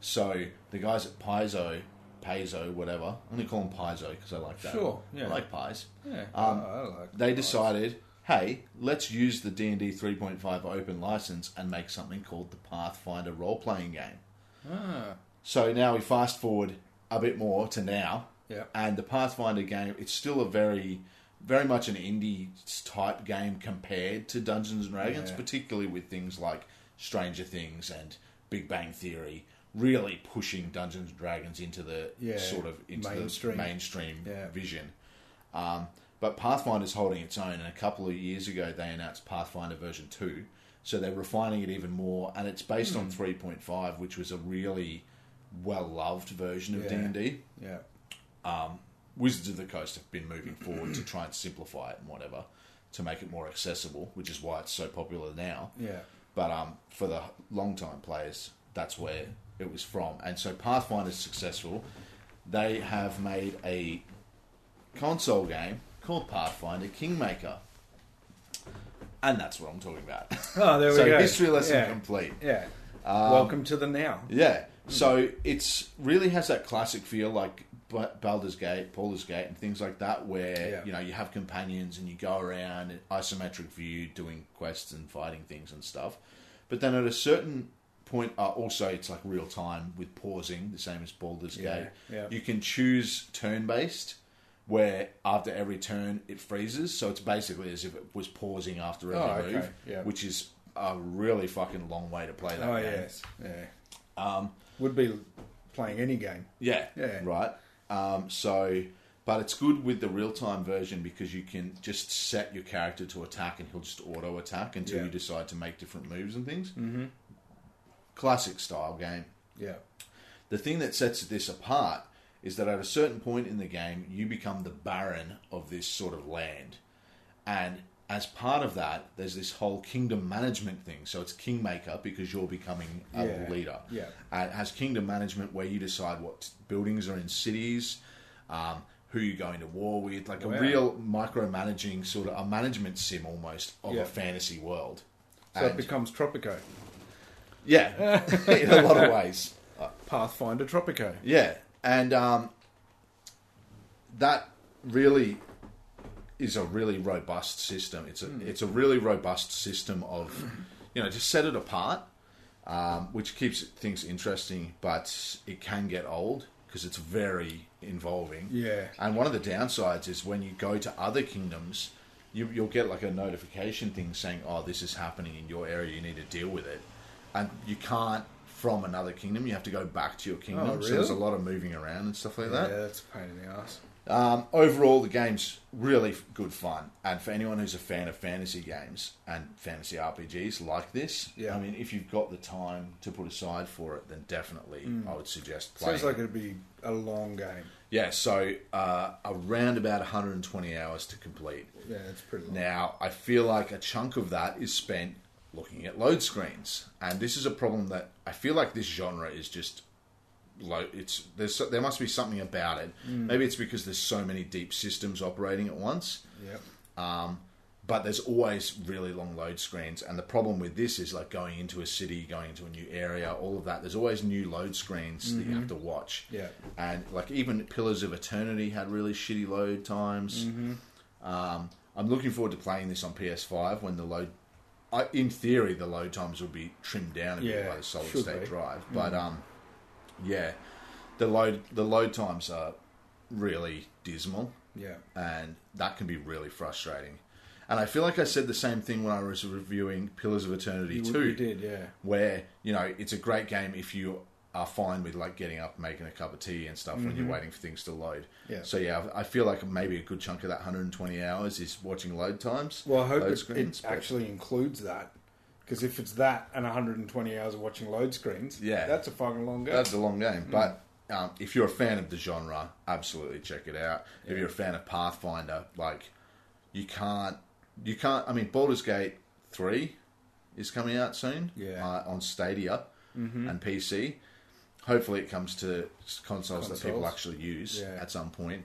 Speaker 4: So the guys at Paizo, Paizo, whatever, I'm going to call them Paizo because I like that.
Speaker 3: Sure, yeah.
Speaker 4: I like pies.
Speaker 3: Yeah,
Speaker 4: Um,
Speaker 3: I like
Speaker 4: They
Speaker 3: that.
Speaker 4: decided, hey, let's use the D and D 3.5 open license and make something called the Pathfinder role playing game.
Speaker 3: Ah,
Speaker 4: So now we fast forward a bit more to now,
Speaker 3: yeah,
Speaker 4: and the Pathfinder game. It's still a very, very much an indie type game compared to Dungeons and Dragons,
Speaker 3: Yeah.
Speaker 4: particularly with things like Stranger Things and Big Bang Theory, really pushing Dungeons and Dragons into the
Speaker 3: Yeah,
Speaker 4: sort of into
Speaker 3: mainstream.
Speaker 4: the mainstream
Speaker 3: Yeah.
Speaker 4: vision. Um, but Pathfinder's holding its own, and a couple of years ago they announced Pathfinder version 2. So they're refining it even more, and it's based on 3.5, which was a really well loved version of
Speaker 3: Yeah.
Speaker 4: D&D.
Speaker 3: yeah,
Speaker 4: Wizards of the Coast have been moving forward to try and simplify it and whatever to make it more accessible, which is why it's so popular now.
Speaker 3: yeah,
Speaker 4: But um, for the long time players, that's where it was from. And so Pathfinder's successful. They have made a console game called Pathfinder Kingmaker. And that's what I'm talking about.
Speaker 3: Oh, there we
Speaker 4: so
Speaker 3: go.
Speaker 4: history lesson
Speaker 3: Yeah.
Speaker 4: complete.
Speaker 3: yeah. Welcome to the now.
Speaker 4: Yeah. So it's really has that classic feel like B- Baldur's Gate, Paul's Gate, and things like that, where
Speaker 3: Yeah.
Speaker 4: you know you have companions and you go around in isometric view, doing quests and fighting things and stuff. But then at a certain point, uh, also it's like real time with pausing, the same as Baldur's
Speaker 3: Yeah,
Speaker 4: Gate.
Speaker 3: yeah.
Speaker 4: You can choose turn based. Where after every turn it freezes, so it's basically as if it was pausing after every
Speaker 3: Oh, okay.
Speaker 4: move,
Speaker 3: Yeah.
Speaker 4: which is a really fucking long way to play that
Speaker 3: Oh
Speaker 4: game.
Speaker 3: yes, yeah.
Speaker 4: Um,
Speaker 3: Would be playing any game.
Speaker 4: Yeah.
Speaker 3: Yeah.
Speaker 4: Right. Um, so, but it's good with the real time version because you can just set your character to attack and he'll just auto attack until
Speaker 3: Yeah.
Speaker 4: you decide to make different moves and things. Mm-hmm. Classic style game.
Speaker 3: Yeah,
Speaker 4: The thing that sets this apart is that at a certain point in the game, you become the baron of this sort of land. And as part of that, there's this whole kingdom management thing. So it's kingmaker because you're becoming a
Speaker 3: Yeah,
Speaker 4: leader.
Speaker 3: yeah.
Speaker 4: And it has kingdom management where you decide what buildings are in cities, um, who you're going to war with, like
Speaker 3: Wow.
Speaker 4: a real micromanaging sort of a management sim almost of
Speaker 3: Yeah.
Speaker 4: a fantasy world.
Speaker 3: so it
Speaker 4: And-
Speaker 3: becomes Tropico.
Speaker 4: [laughs] yeah, in a lot of ways. Uh,
Speaker 3: Pathfinder Tropico.
Speaker 4: Yeah, and um, that really is a really robust system. It's a it's a really robust system of you know just set it apart, um, which keeps things interesting, but it can get old because it's very involving.
Speaker 3: Yeah.
Speaker 4: and one of the downsides is when you go to other kingdoms. You, you'll get like a notification thing saying, "Oh, this is happening in your area. You need to deal with it," and you can't from another kingdom. You have to go back to your kingdom.
Speaker 3: Oh,
Speaker 4: So there's a
Speaker 3: really?
Speaker 4: lot of moving around and stuff like that.
Speaker 3: Yeah, that's a pain in the ass.
Speaker 4: Um, overall, the game's really f- good fun, and for anyone who's a fan of fantasy games and fantasy RPGs like this,
Speaker 3: Yeah.
Speaker 4: I mean, if you've got the time to put aside for it, then definitely I would suggest playing.
Speaker 3: Hmm. Sounds like
Speaker 4: it.
Speaker 3: it'd be a long game.
Speaker 4: yeah, so uh, around about 120 hours to complete.
Speaker 3: Yeah, it's pretty long.
Speaker 4: Now, I feel like a chunk of that is spent looking at load screens, and this is a problem that I feel like this genre is just low. It's there's there must be something about it. Maybe it's because there's so many deep systems operating at once,
Speaker 3: Yep.
Speaker 4: but there's always really long load screens. And the problem with this is like going into a city, going into a new area, all of that. There's always new load screens that you have to watch.
Speaker 3: Yeah.
Speaker 4: and like even Pillars of Eternity had really shitty load times.
Speaker 3: Mm-hmm.
Speaker 4: Um, I'm looking forward to playing this on PS5 when the load, I, in theory, the load times will be trimmed down a bit
Speaker 3: Yeah,
Speaker 4: by the solid
Speaker 3: should
Speaker 4: state
Speaker 3: be. Mm.
Speaker 4: drive. But um, yeah, the load the load times are really dismal,
Speaker 3: Yeah.
Speaker 4: and that can be really frustrating. And I feel like I said the same thing when I was reviewing Pillars of Eternity
Speaker 3: You,
Speaker 4: too
Speaker 3: you did, yeah.
Speaker 4: where you know it's a great game if you are fine with like getting up, making a cup of tea and stuff when you're waiting for things to load.
Speaker 3: Mm-hmm. Yeah.
Speaker 4: So yeah, I I feel like maybe a good chunk of that 120 hours is watching load times.
Speaker 3: Well, I hope
Speaker 4: load
Speaker 3: it, it
Speaker 4: but-
Speaker 3: actually includes that. Because if it's that and 120 hours of watching load screens,
Speaker 4: Yeah.
Speaker 3: that's a fucking long game.
Speaker 4: That's a long game,
Speaker 3: Mm.
Speaker 4: but um, if you're a fan of the genre, absolutely check it out. If you're a fan of Pathfinder, like you can't, you can't. I mean, Baldur's Gate three is coming out soon.
Speaker 3: Yeah. Mm-hmm.
Speaker 4: uh, on Stadia and PC. Hopefully, it comes to s- consoles, that people
Speaker 3: Consoles.
Speaker 4: actually use
Speaker 3: Yeah.
Speaker 4: at some point.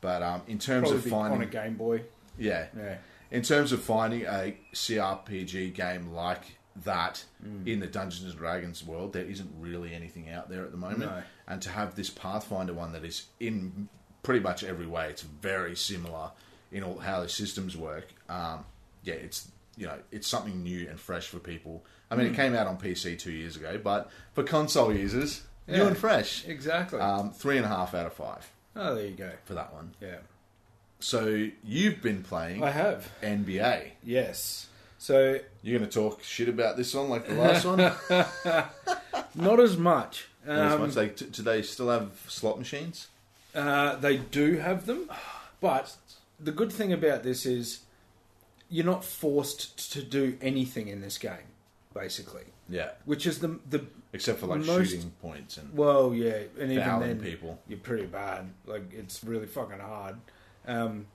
Speaker 4: But um, in terms
Speaker 3: Probably
Speaker 4: of
Speaker 3: be
Speaker 4: finding,
Speaker 3: on a Game Boy.
Speaker 4: yeah,
Speaker 3: Yeah.
Speaker 4: in terms of finding a CRPG game like that
Speaker 3: Hmm.
Speaker 4: in the Dungeons and Dragons world, there isn't really anything out there at the moment.
Speaker 3: No.
Speaker 4: And to have this Pathfinder one that is in pretty much every way, it's very similar in all how the systems work. Um, yeah, it's you know it's something new and fresh for people. I
Speaker 3: Hmm.
Speaker 4: mean, it came out on PC two years ago, but for console users, new
Speaker 3: Yeah.
Speaker 4: and fresh.
Speaker 3: Exactly.
Speaker 4: Um, three and a half out of five
Speaker 3: oh, there you go.
Speaker 4: for that one.
Speaker 3: Yeah.
Speaker 4: So you've been playing
Speaker 3: I have.
Speaker 4: NBA.
Speaker 3: Yes. So,
Speaker 4: You're going to talk shit about this one like the last
Speaker 3: [laughs]
Speaker 4: one? Not
Speaker 3: not as much. Um,
Speaker 4: as much. They, do they still have slot machines?
Speaker 3: Uh, they do have them, but the good thing about this is you're not forced to do anything in this game, basically.
Speaker 4: Yeah.
Speaker 3: Which is the the
Speaker 4: Except for like
Speaker 3: Most-
Speaker 4: shooting points and
Speaker 3: well, yeah, and even
Speaker 4: fouling
Speaker 3: then
Speaker 4: people
Speaker 3: you're pretty bad. Like it's really fucking hard. Um,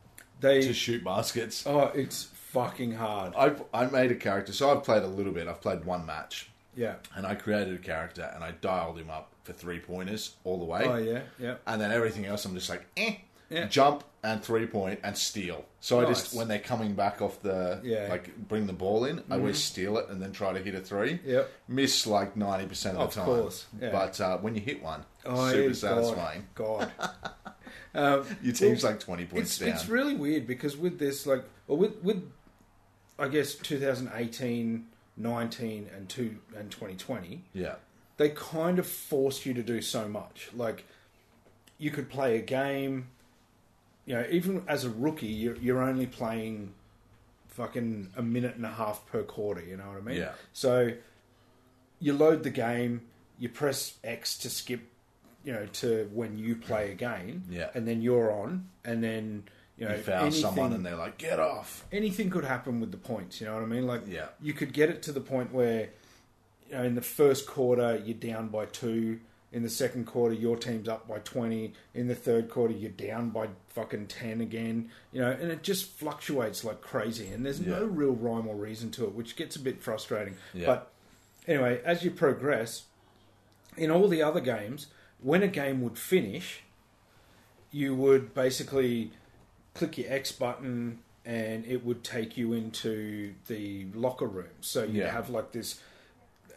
Speaker 3: they
Speaker 4: to shoot baskets.
Speaker 3: oh, it's fucking hard.
Speaker 4: I, I made a character, so I've played a little bit. I've played one match,
Speaker 3: Yeah.
Speaker 4: and I created a character and I dialed him up for three pointers all the way.
Speaker 3: Oh yeah, yeah.
Speaker 4: And then everything else, I'm just like, eh.
Speaker 3: Yeah.
Speaker 4: Jump and three point and steal. So I just
Speaker 3: Nice.
Speaker 4: when they're coming back off the
Speaker 3: Yeah. Mm-hmm.
Speaker 4: like bring the ball in, I always steal it and then try to hit a three.
Speaker 3: Yep.
Speaker 4: miss like 90% of the
Speaker 3: Of
Speaker 4: time.
Speaker 3: course, yeah.
Speaker 4: But uh, when you hit one,
Speaker 3: Oh,
Speaker 4: super
Speaker 3: yeah,
Speaker 4: satisfying. [laughs]
Speaker 3: God. God. Um,
Speaker 4: Your team's like 20 points
Speaker 3: it's
Speaker 4: down.
Speaker 3: it's really weird because with this like or with with I guess 2018, 19 and 2 and 2020
Speaker 4: yeah.
Speaker 3: they kind of force you to do so much like you could play a game you know even as a rookie you're, you're only playing fucking a minute and a half per quarter you know what I mean
Speaker 4: Yeah.
Speaker 3: so you load the game you press X to skip you know to when you play again
Speaker 4: Yeah.
Speaker 3: and then you're on and then you know
Speaker 4: You foul
Speaker 3: uh, anything,
Speaker 4: someone and they're like, get off.
Speaker 3: anything could happen with the points. You know what I mean? Like,
Speaker 4: Yeah.
Speaker 3: you could get it to the point where, you know, in the first quarter you're down by two. In the second quarter, your team's up by twenty. In the third quarter, you're down by fucking ten again. You know, and it just fluctuates like crazy. And there's no
Speaker 4: Yeah.
Speaker 3: real rhyme or reason to it, which gets a bit frustrating.
Speaker 4: Yeah.
Speaker 3: But anyway, as you progress, in all the other games, when a game would finish, you would basically click your X button and it would take you into the locker room. So you'd
Speaker 4: Yeah.
Speaker 3: have like this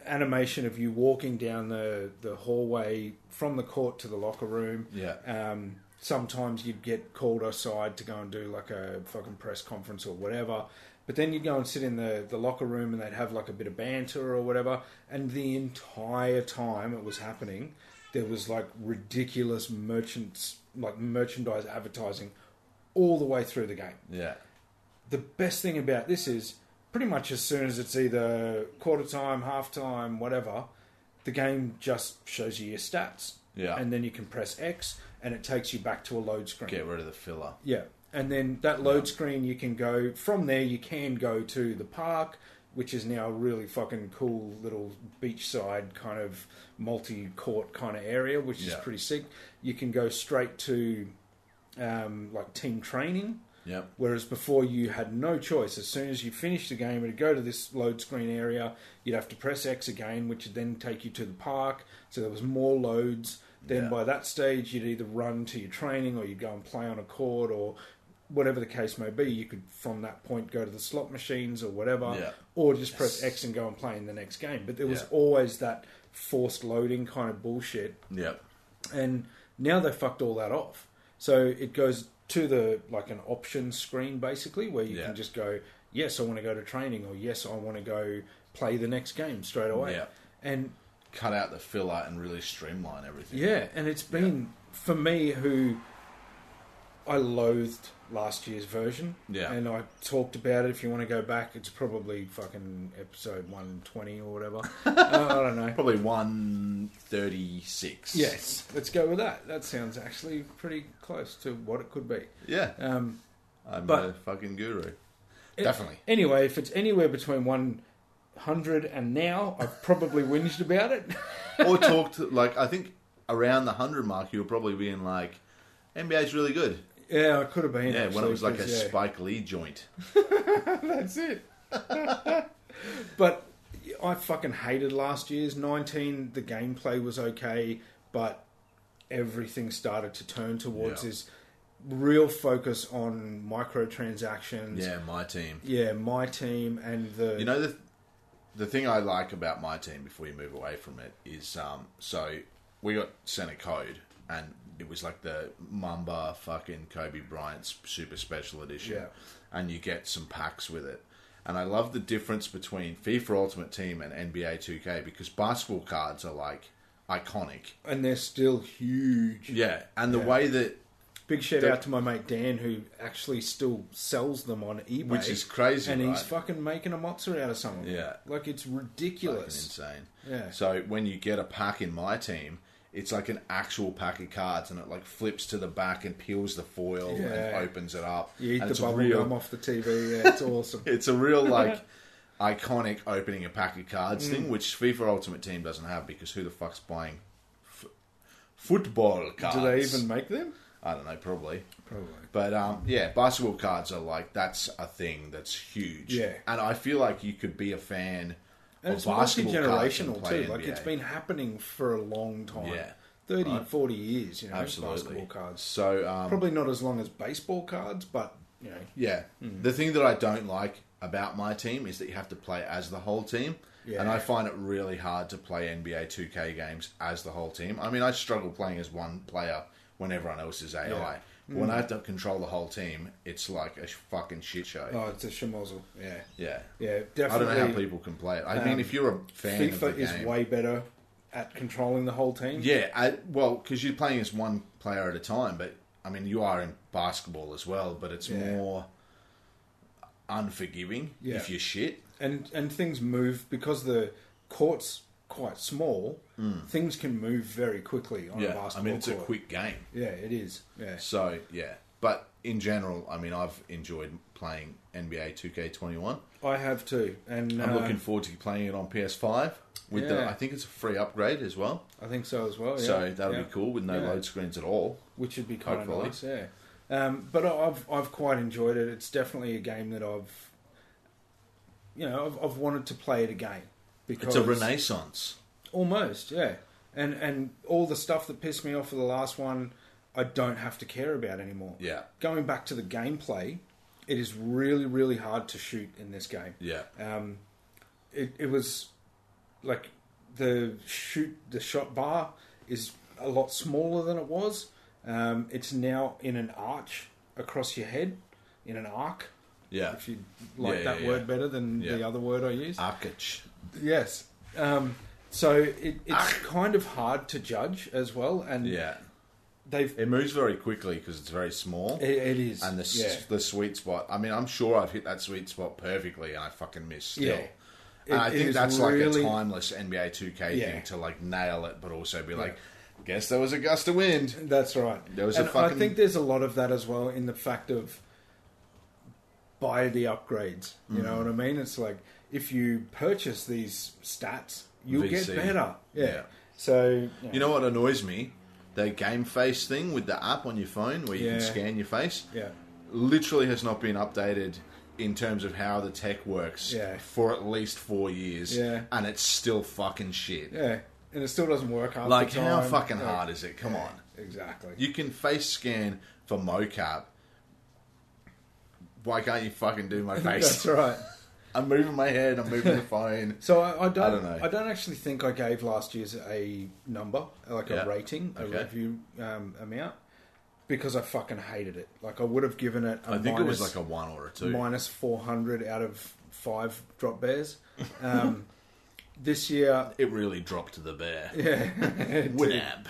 Speaker 3: animation of you walking down the, the hallway from the court to the locker room.
Speaker 4: Yeah.
Speaker 3: Um, sometimes you'd get called aside to go and do like a fucking press conference or whatever. But then you'd go and sit in the, the locker room and they'd have like a bit of banter or whatever. And the entire time it was happening, there was like ridiculous merchants, like merchandise advertising all the way through the game
Speaker 4: Yeah.
Speaker 3: the best thing about this is pretty much as soon as it's either quarter time, half time, whatever, the game just shows you your stats.
Speaker 4: Yeah.
Speaker 3: And then you can press X and it takes you back to a load screen.
Speaker 4: Get rid of the filler.
Speaker 3: Yeah. And then that load screen, you can go from there, you can go to the park, which is now a really fucking cool little beachside kind of multi court kind of area, which is
Speaker 4: Yeah.
Speaker 3: pretty sick. You can go straight to um, like team training.
Speaker 4: Yep.
Speaker 3: Whereas before you had no choice. As soon as you finished the game, it'd go to this load screen area. You'd have to press X again, which would then take you to the park. So there was more loads. Then
Speaker 4: Yeah.
Speaker 3: by that stage, you'd either run to your training or you'd go and play on a court or whatever the case may be. You could, from that point, go to the slot machines or whatever,
Speaker 4: Yeah.
Speaker 3: or just press X and go and play in the next game. But there was
Speaker 4: Yeah.
Speaker 3: always that forced loading kind of bullshit
Speaker 4: Yep.
Speaker 3: and now they fucked all that off. So it goes to the like an option screen basically, where you
Speaker 4: Yeah.
Speaker 3: can just go, yes, I want to go to training, or yes, I want to go play the next game straight away.
Speaker 4: Yeah.
Speaker 3: And
Speaker 4: Cut out the filler and really streamline everything.
Speaker 3: yeah, and it's been for me who I loathed last year's version.
Speaker 4: Yeah.
Speaker 3: And I talked about it. If you want to go back, it's probably fucking episode one twenty or
Speaker 4: [laughs]
Speaker 3: whatever. Uh, I don't know.
Speaker 4: Probably 136.
Speaker 3: Yes, let's go with that. That sounds actually pretty close to what it could be.
Speaker 4: Yeah.
Speaker 3: Um,
Speaker 4: I'm
Speaker 3: but-
Speaker 4: a fucking guru.
Speaker 3: It-
Speaker 4: Definitely.
Speaker 3: Anyway, if it's anywhere between 100 and now, I've probably whinged about it.
Speaker 4: or talked like I think around the hundred mark, you were probably being like, "NBA's really good."
Speaker 3: [laughs] Yeah, I could have been.
Speaker 4: Yeah, when
Speaker 3: actually,
Speaker 4: it was like a
Speaker 3: 'cause, yeah,
Speaker 4: Spike
Speaker 3: [laughs]
Speaker 4: Lee joint.
Speaker 3: That's it. [laughs] but I fucking hated last year's 19. The gameplay was okay, but everything started to turn towards
Speaker 4: Yeah.
Speaker 3: this real focus on microtransactions.
Speaker 4: Yeah, my team.
Speaker 3: Yeah, my team and the.
Speaker 4: You know the the thing I like about my team before you move away from it is um so we got sent a code and it was like the Mamba fucking Kobe Bryant super special edition.
Speaker 3: Yeah.
Speaker 4: And you get some packs with it. And I love the difference between FIFA Ultimate Team and NBA 2K because basketball cards are like iconic.
Speaker 3: and they're still huge.
Speaker 4: Yeah, and the way that
Speaker 3: Big shout
Speaker 4: They're-
Speaker 3: out to my mate Dan who actually still sells them on eBay,
Speaker 4: Which is crazy,
Speaker 3: and he's
Speaker 4: right?
Speaker 3: fucking making a mozzer out of some of them.
Speaker 4: Yeah.
Speaker 3: like it's
Speaker 4: fucking
Speaker 3: ridiculous.
Speaker 4: insane.
Speaker 3: Yeah.
Speaker 4: So when you get a pack in my team, it's like an actual pack of cards, and it like flips to the back and peels the foil
Speaker 3: Yeah.
Speaker 4: and opens it up.
Speaker 3: You eat
Speaker 4: and
Speaker 3: the
Speaker 4: it's a
Speaker 3: bubble
Speaker 4: real,
Speaker 3: gum off the TV. Yeah, it's awesome.
Speaker 4: [laughs] It's
Speaker 3: [laughs]
Speaker 4: a real like iconic opening a pack of cards
Speaker 3: Mm.
Speaker 4: thing, which FIFA Ultimate Team doesn't have because who the fuck's buying f- football cards?
Speaker 3: Do they even make them?
Speaker 4: I don't know. Probably.
Speaker 3: Probably.
Speaker 4: But um, yeah, basketball cards are like that's a thing that's huge.
Speaker 3: Yeah.
Speaker 4: and I feel like you could be a fan
Speaker 3: And
Speaker 4: of
Speaker 3: it's
Speaker 4: basketball cards and
Speaker 3: multi-generational
Speaker 4: play
Speaker 3: too. Like it's
Speaker 4: NBA.
Speaker 3: been happening for a long time.
Speaker 4: Yeah.
Speaker 3: 30,
Speaker 4: Right.
Speaker 3: 40 years. You know,
Speaker 4: absolutely
Speaker 3: basketball cards.
Speaker 4: So um,
Speaker 3: Probably not as long as baseball cards, but you know,
Speaker 4: yeah, the thing that I don't like about my team is that you have to play as the whole team,
Speaker 3: Yeah.
Speaker 4: and I find it really hard to play NBA Two K games as the whole team. I mean, I struggle playing as one player when everyone else is AI.
Speaker 3: Yeah. Hmm.
Speaker 4: When I have to control the whole team, it's like a fucking shit show.
Speaker 3: oh, it's a shemozzle. Yeah,
Speaker 4: Yeah.
Speaker 3: yeah,
Speaker 4: I
Speaker 3: definitely. Um,
Speaker 4: don't know how people can play it. I mean, if you're a fan of the
Speaker 3: FIFA
Speaker 4: game,
Speaker 3: is way better at controlling the whole team.
Speaker 4: Yeah, I, well, because you're playing as one player at a time, but I mean, you are in basketball as well, but it's
Speaker 3: Yeah.
Speaker 4: more unforgiving
Speaker 3: Yeah.
Speaker 4: if you're shit.
Speaker 3: and and things move because the court's quite small. Things can move very quickly on a
Speaker 4: Hmm. Yeah, I
Speaker 3: basketball
Speaker 4: mean, it's a
Speaker 3: court.
Speaker 4: quick game.
Speaker 3: yeah, it is. Yeah,
Speaker 4: So, yeah. But in general, I mean, I've enjoyed playing NBA 2K21.
Speaker 3: I have too, and
Speaker 4: I'm
Speaker 3: uh,
Speaker 4: looking forward to playing it on PS5 with the,
Speaker 3: Yeah.
Speaker 4: I think it's a free upgrade as well.
Speaker 3: uh, I think so as well. Yeah.
Speaker 4: so that'll
Speaker 3: yeah.
Speaker 4: be cool with no
Speaker 3: Yeah.
Speaker 4: load screens at all.
Speaker 3: which would be kind of
Speaker 4: Hopefully.
Speaker 3: nice. Yeah, um, but I- I've I've quite enjoyed it. It's definitely a game that I've you know I've, I've wanted to play it again because
Speaker 4: It's a renaissance.
Speaker 3: Almost, yeah. And and all the stuff that pissed me off for the last one, I don't have to care about anymore.
Speaker 4: Yeah.
Speaker 3: Going back to the gameplay, it is really really hard to shoot in this game.
Speaker 4: Yeah.
Speaker 3: Um, it it was like the shoot the shot bar is a lot smaller than it was. Um, it's now in an arch across your head, in an arc.
Speaker 4: Yeah.
Speaker 3: If you like
Speaker 4: Yeah,
Speaker 3: that
Speaker 4: yeah,
Speaker 3: word
Speaker 4: yeah.
Speaker 3: better than the
Speaker 4: Yeah.
Speaker 3: other word I used.
Speaker 4: Arkic.
Speaker 3: Yes. Um, so it, it's kind of hard to judge as well, and
Speaker 4: Ah. Yeah.
Speaker 3: they've
Speaker 4: It moves very quickly because it's very small.
Speaker 3: it, it is
Speaker 4: and the, s
Speaker 3: yeah.
Speaker 4: the sweet spot. I mean, I'm sure I've hit that sweet spot perfectly, and I fucking miss still.
Speaker 3: Yeah.
Speaker 4: And I
Speaker 3: It- it
Speaker 4: think
Speaker 3: is
Speaker 4: that's
Speaker 3: really-
Speaker 4: like a timeless NBA 2K
Speaker 3: Yeah.
Speaker 4: thing to like nail it, but also be like, guess there was a gust of wind.
Speaker 3: That's right.
Speaker 4: There was a
Speaker 3: and I
Speaker 4: fucking-
Speaker 3: think there's a lot of that as well in the fact of buy the upgrades. You
Speaker 4: Mm.
Speaker 3: know what I mean? It's like if you purchase these stats, you'll
Speaker 4: VC.
Speaker 3: get better. Yeah.
Speaker 4: Yeah.
Speaker 3: So
Speaker 4: You know what annoys me? The game face thing with the app on your phone where you can
Speaker 3: Yeah.
Speaker 4: scan your face
Speaker 3: Yeah.
Speaker 4: literally has not been updated in terms of how the tech works
Speaker 3: Yeah.
Speaker 4: for at least four years,
Speaker 3: Yeah.
Speaker 4: and it's still fucking shit.
Speaker 3: Yeah. And it still doesn't work half
Speaker 4: Like,
Speaker 3: the
Speaker 4: how
Speaker 3: time.
Speaker 4: fucking
Speaker 3: Like,
Speaker 4: hard is it? Come on.
Speaker 3: Exactly.
Speaker 4: You can face scan for mocap. Why can't you fucking do
Speaker 3: [laughs]
Speaker 4: my face?
Speaker 3: That's right.
Speaker 4: I'm moving my head. I'm moving the phone.
Speaker 3: So I, I don't. I
Speaker 4: don't
Speaker 3: don't,
Speaker 4: know.
Speaker 3: actually think I gave last year's a number, like
Speaker 4: Yeah.
Speaker 3: a rating, a
Speaker 4: Okay.
Speaker 3: review um, amount, because I fucking hated it. Like I would have given it. I
Speaker 4: I think it was like a one or a two.
Speaker 3: minus 400 out of five drop bears. Um, [laughs] this year,
Speaker 4: It really dropped to the bear.
Speaker 3: [laughs] yeah,
Speaker 4: Winamp.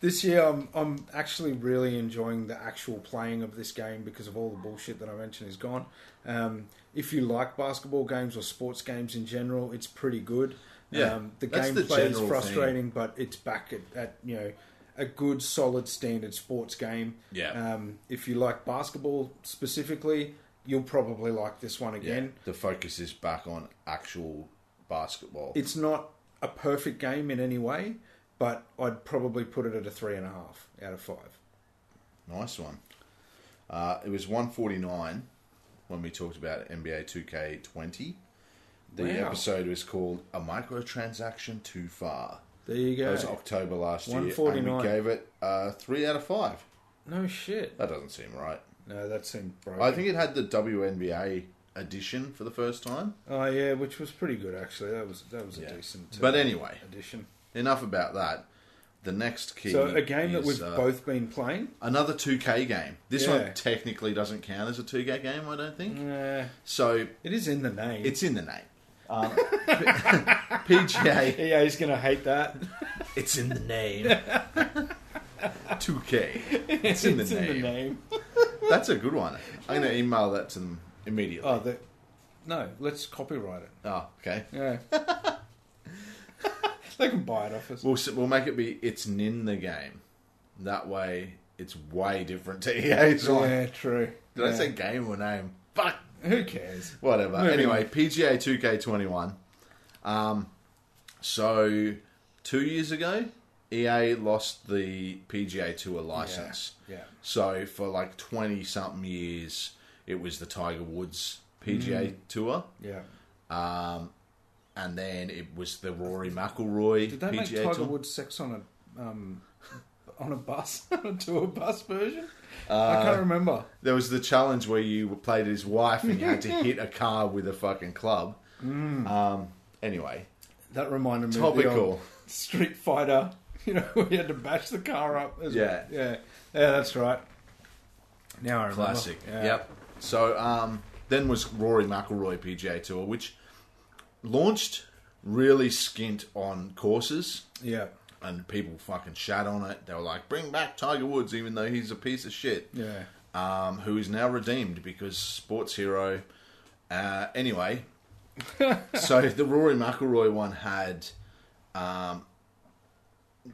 Speaker 3: this year I'm, I'm actually really enjoying the actual playing of this game because of all the bullshit that I mentioned is gone. Um, if you like basketball games or sports games in general, it's pretty good.
Speaker 4: Yeah,
Speaker 3: um, the
Speaker 4: that's the
Speaker 3: gameplay is
Speaker 4: general
Speaker 3: frustrating, but it's back at, at you know a good solid standard sports game.
Speaker 4: Yeah.
Speaker 3: Um, if you like basketball specifically, you'll probably like this one again.
Speaker 4: Yeah, the focus is back on actual basketball.
Speaker 3: it's not a perfect game in any way, but I'd probably put it at a three and a half out of five.
Speaker 4: nice one. Uh, it was 149 when we talked about NBA 2K20. The
Speaker 3: Wow.
Speaker 4: episode was called "A Microtransaction Too Far."
Speaker 3: There you
Speaker 4: That
Speaker 3: go.
Speaker 4: was October last year, and we
Speaker 3: 149.
Speaker 4: gave it uh, three out of five.
Speaker 3: No shit.
Speaker 4: That doesn't seem right.
Speaker 3: No, that seemed broken.
Speaker 4: I think it had the WNBA edition for the first time.
Speaker 3: Oh yeah, which was pretty good actually. That was that was
Speaker 4: Yeah.
Speaker 3: a decent.
Speaker 4: But
Speaker 3: uh,
Speaker 4: anyway.
Speaker 3: addition.
Speaker 4: Enough about that. The next key.
Speaker 3: So a game that
Speaker 4: is,
Speaker 3: we've
Speaker 4: uh,
Speaker 3: both been playing.
Speaker 4: another 2K game. This
Speaker 3: Yeah.
Speaker 4: one technically doesn't count as a 2K game, I don't think.
Speaker 3: Uh,
Speaker 4: So
Speaker 3: it is in the name. [laughs]
Speaker 4: it's in the name. [laughs] Um, PGA.
Speaker 3: EA's gonna hate that.
Speaker 4: It's in the name. [laughs] 2K. [laughs] It's in the,
Speaker 3: it's
Speaker 4: name.
Speaker 3: in the name.
Speaker 4: That's a good one. I'm going to email that to them immediately.
Speaker 3: Oh, the, no. Let's copyright it.
Speaker 4: oh okay.
Speaker 3: Yeah. [laughs] they can buy it off us.
Speaker 4: We'll s- we'll make it be it's nin the game. That way, it's way different to [laughs] E EA's one.
Speaker 3: yeah, true.
Speaker 4: Did I
Speaker 3: Yeah.
Speaker 4: say game or name? Fuck.
Speaker 3: Who cares?
Speaker 4: Whatever.
Speaker 3: Moving
Speaker 4: anyway, PGA 2K21. Um, so two years ago, EA lost the PGA Tour license.
Speaker 3: Yeah.
Speaker 4: So for like twenty something years, it was the Tiger Woods
Speaker 3: Hmm.
Speaker 4: PGA Tour,
Speaker 3: Yeah.
Speaker 4: and then it was the Rory McIlroy
Speaker 3: Did they
Speaker 4: PGA
Speaker 3: make Tiger
Speaker 4: Tour.
Speaker 3: Woods sex on a um, [laughs] on a bus, [laughs] on a tour bus version?
Speaker 4: Uh,
Speaker 3: I can't remember.
Speaker 4: There was the challenge where you played his wife and you had to hit a car with a fucking club. Um, anyway,
Speaker 3: That reminded me of the
Speaker 4: topical.
Speaker 3: old Street Fighter. [laughs] You know, we had to bash the car up. As
Speaker 4: Yeah.
Speaker 3: well. yeah, yeah. That's right. Now I remember.
Speaker 4: Classic.
Speaker 3: Yeah.
Speaker 4: Yep. So um, then was Rory McIlroy PGA Tour, which launched really skint on courses,
Speaker 3: Yeah,
Speaker 4: and people fucking shat on it. They were like, "Bring back Tiger Woods, even though he's a piece of shit."
Speaker 3: yeah.
Speaker 4: Um, who is now redeemed because sports hero. Uh,
Speaker 3: [laughs]
Speaker 4: anyway, so the Rory McIlroy one had. Um,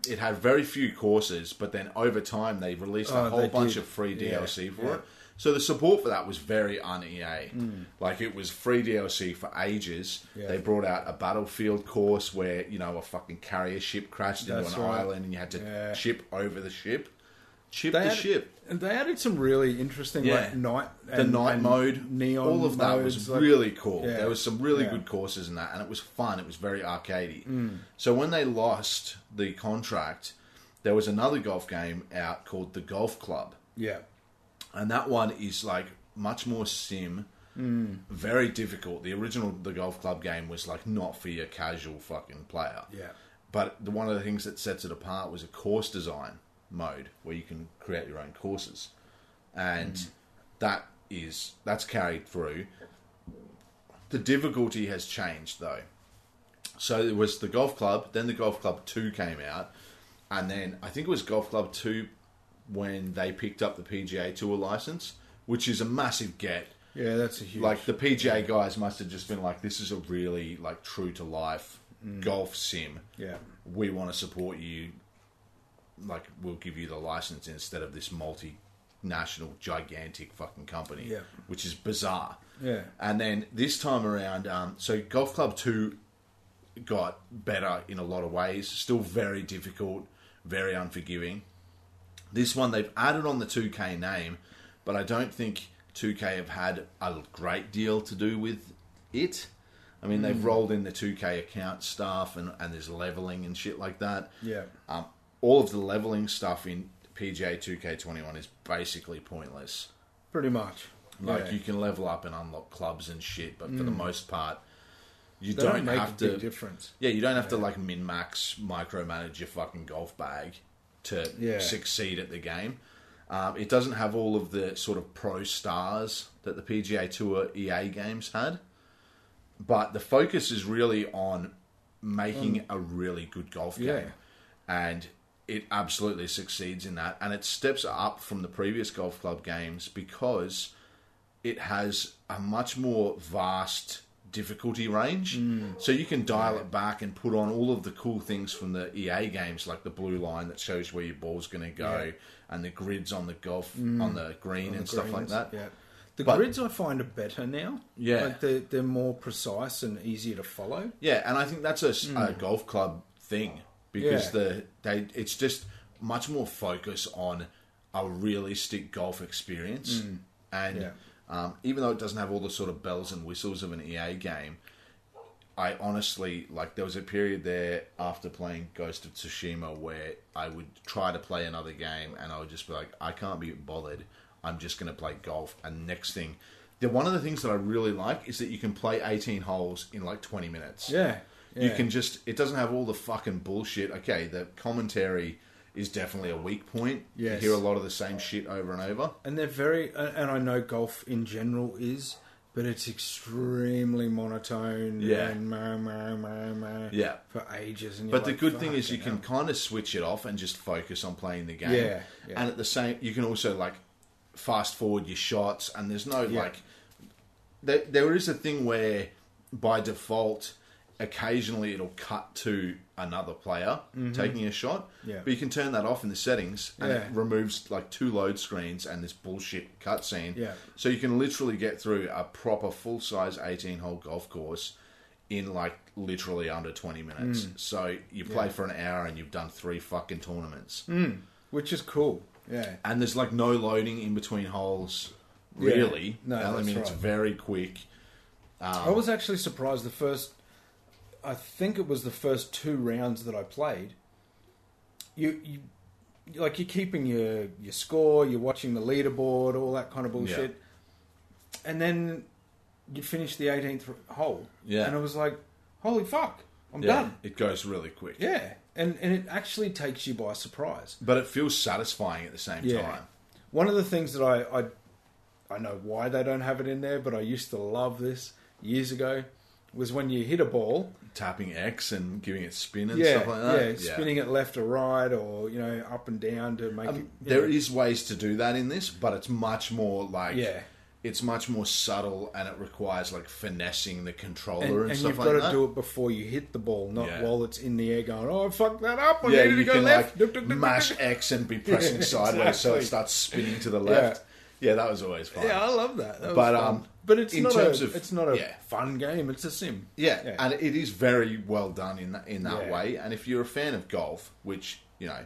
Speaker 4: it had very few courses, but then over time they released a
Speaker 3: Oh,
Speaker 4: whole
Speaker 3: they
Speaker 4: bunch
Speaker 3: did.
Speaker 4: of free
Speaker 3: Yeah,
Speaker 4: DLC for
Speaker 3: yeah. Mm.
Speaker 4: it. So the support for that was very un EA. Like it was free DLC for ages.
Speaker 3: Yeah.
Speaker 4: They brought out a battlefield course where you know a fucking carrier ship crashed
Speaker 3: That's
Speaker 4: into an
Speaker 3: right.
Speaker 4: island and you had to
Speaker 3: Yeah.
Speaker 4: chip over the ship, chip
Speaker 3: They
Speaker 4: the
Speaker 3: added-
Speaker 4: ship.
Speaker 3: And they added some really interesting
Speaker 4: Yeah.
Speaker 3: like night
Speaker 4: The
Speaker 3: and-
Speaker 4: night
Speaker 3: and
Speaker 4: mode,
Speaker 3: neon.
Speaker 4: all of that was
Speaker 3: modes, like-
Speaker 4: really cool.
Speaker 3: Yeah.
Speaker 4: There was some really
Speaker 3: Yeah. Mm.
Speaker 4: good courses in that, and it was fun. It was very arcadey. So when they lost the contract, there was another golf game out called the Golf Club,
Speaker 3: yeah,
Speaker 4: and that one is like much more sim,
Speaker 3: Mm.
Speaker 4: Very difficult. The original the golf club game was like not for your casual fucking player.
Speaker 3: Yeah.
Speaker 4: But the, one of the things that sets it apart was a course design mode where you can create your own courses, and that is that's carried through. The difficulty has changed though. So it was the golf club, then the golf club two came out, and then I think it was golf club two when they picked up the PGA Tour license, which is a massive get
Speaker 3: Yeah, that's a huge.
Speaker 4: like the PGA guys must have just been like, this is a really like true to life golf sim.
Speaker 3: Yeah.
Speaker 4: we want to support you. Like, we'll give you the license instead of this multi-national gigantic fucking company.
Speaker 3: Yeah.
Speaker 4: which is bizarre.
Speaker 3: Yeah.
Speaker 4: and then this time around, um, so Golf Club Two got better in a lot of ways. Still very difficult, very unforgiving. This one they've added on the 2K name, but I don't think 2K have had a great deal to do with it. I mean,
Speaker 3: Hmm.
Speaker 4: they've rolled in the 2K account stuff and, and there's leveling and shit like that.
Speaker 3: Yeah.
Speaker 4: Um, all of the leveling stuff in PGA 2K21 is basically pointless.
Speaker 3: pretty much.
Speaker 4: Like,
Speaker 3: Yeah. Hmm.
Speaker 4: you can level up and unlock clubs and shit, but for the most part, you
Speaker 3: They
Speaker 4: don't,
Speaker 3: make
Speaker 4: have
Speaker 3: a big
Speaker 4: to.
Speaker 3: difference.
Speaker 4: Yeah, you don't have to like min max micromanage your fucking golf bag to
Speaker 3: Yeah.
Speaker 4: succeed at the game. Um, it doesn't have all of the sort of pro stars that the PGA Tour EA games had, but the focus is really on making a really good golf game,
Speaker 3: Mm. Yeah.
Speaker 4: and it absolutely succeeds in that. And it steps up from the previous golf club games because it has a much more vast difficulty range.
Speaker 3: Mm.
Speaker 4: So you can dial it back and put on all of the cool things from the EA games, like the blue line that shows where your ball's going to go, and the grids on the golf on the green and stuff
Speaker 3: Mm.
Speaker 4: like
Speaker 3: Greens,
Speaker 4: that.
Speaker 3: Yeah. The
Speaker 4: But-
Speaker 3: grids I find are better now.
Speaker 4: Yeah.
Speaker 3: Like they're, they're more precise and easier to follow.
Speaker 4: Yeah, and I think that's a, s- a golf club thing because
Speaker 3: Mm. Yeah.
Speaker 4: the they it's just much more focus on a realistic golf experience, and
Speaker 3: Mm. Yeah.
Speaker 4: um, even though it doesn't have all the sort of bells and whistles of an EA game, I honestly like there was a period there after playing Ghost of Tsushima where I would try to play another game and I would just be like, I can't be bothered. I'm just going to play golf. And next thing, the one of the things that I really like is that you can play 18 holes in like 20 minutes.
Speaker 3: Yeah.
Speaker 4: You
Speaker 3: yeah.
Speaker 4: can just it doesn't have all the fucking bullshit. Okay, the commentary is definitely a weak point.
Speaker 3: Yes.
Speaker 4: You hear a lot of the same shit over and over.
Speaker 3: and they're very and and I know golf in general is, but it's extremely monotone.
Speaker 4: Yeah.
Speaker 3: and meh, meh, meh, meh
Speaker 4: Yeah.
Speaker 3: for ages. And
Speaker 4: But the good thing is you can kind of switch it off and just focus on playing the game.
Speaker 3: Yeah, yeah.
Speaker 4: And at the same, you can also like fast forward your shots, and there's no
Speaker 3: Yeah.
Speaker 4: like. There, there is a thing where by default, occasionally it'll cut to another player taking a shot.
Speaker 3: Mm-hmm. Yeah.
Speaker 4: But you can turn that off in the settings, and
Speaker 3: Yeah.
Speaker 4: it removes like two load screens and this bullshit cutscene.
Speaker 3: Yeah.
Speaker 4: So you can literally get through a proper full size 18 hole golf course in like literally under 20 minutes.
Speaker 3: Mm.
Speaker 4: So you play for an hour and you've done three fucking tournaments.
Speaker 3: Mm. which is cool. Yeah,
Speaker 4: And there's like no loading in between holes,
Speaker 3: Yeah.
Speaker 4: really.
Speaker 3: No,
Speaker 4: I
Speaker 3: that's
Speaker 4: mean, it's
Speaker 3: right.
Speaker 4: very quick.
Speaker 3: I was actually surprised the first. I think it was the first two rounds that I played. You, you like you're keeping your your score. You're watching the leaderboard, all that kind of bullshit, and then you finish the 18th hole.
Speaker 4: Yeah.
Speaker 3: and I was like, holy fuck, I'm
Speaker 4: Yeah,
Speaker 3: done.
Speaker 4: It goes really quick.
Speaker 3: Yeah, and and it actually takes you by surprise.
Speaker 4: But it feels satisfying at the same
Speaker 3: Yeah.
Speaker 4: time.
Speaker 3: One of the things that I, I I know why they don't have it in there, but I used to love this years ago was when you hit a ball,
Speaker 4: Tapping X and giving it spin and
Speaker 3: yeah,
Speaker 4: stuff like that.
Speaker 3: yeah, spinning it left or right or you know up and down to make it.
Speaker 4: Um,
Speaker 3: you
Speaker 4: there
Speaker 3: know.
Speaker 4: is ways to do that in this, but it's much more like
Speaker 3: Yeah.
Speaker 4: it's much more subtle and it requires like finessing the controller
Speaker 3: and,
Speaker 4: and,
Speaker 3: and
Speaker 4: stuff
Speaker 3: you've
Speaker 4: like
Speaker 3: got
Speaker 4: that.
Speaker 3: to do it before you hit the ball, not
Speaker 4: Yeah.
Speaker 3: while it's in the air going, "Oh, I fucked that up! I
Speaker 4: yeah,
Speaker 3: needed to
Speaker 4: you
Speaker 3: go
Speaker 4: can
Speaker 3: left."
Speaker 4: like mash X and be pressing
Speaker 3: Yeah,
Speaker 4: sideways so
Speaker 3: exactly.
Speaker 4: it starts spinning to the left. Yeah, that was always fun.
Speaker 3: [laughs] Yeah, I love that. That was
Speaker 4: But,
Speaker 3: fun.
Speaker 4: um,
Speaker 3: but it's
Speaker 4: in
Speaker 3: not
Speaker 4: terms
Speaker 3: a,
Speaker 4: of-
Speaker 3: it's not a
Speaker 4: yeah.
Speaker 3: fun game. It's a sim.
Speaker 4: Yeah,
Speaker 3: Yeah.
Speaker 4: and it is very well done in that in that
Speaker 3: Yeah.
Speaker 4: way. And if you're a fan of golf, which you know,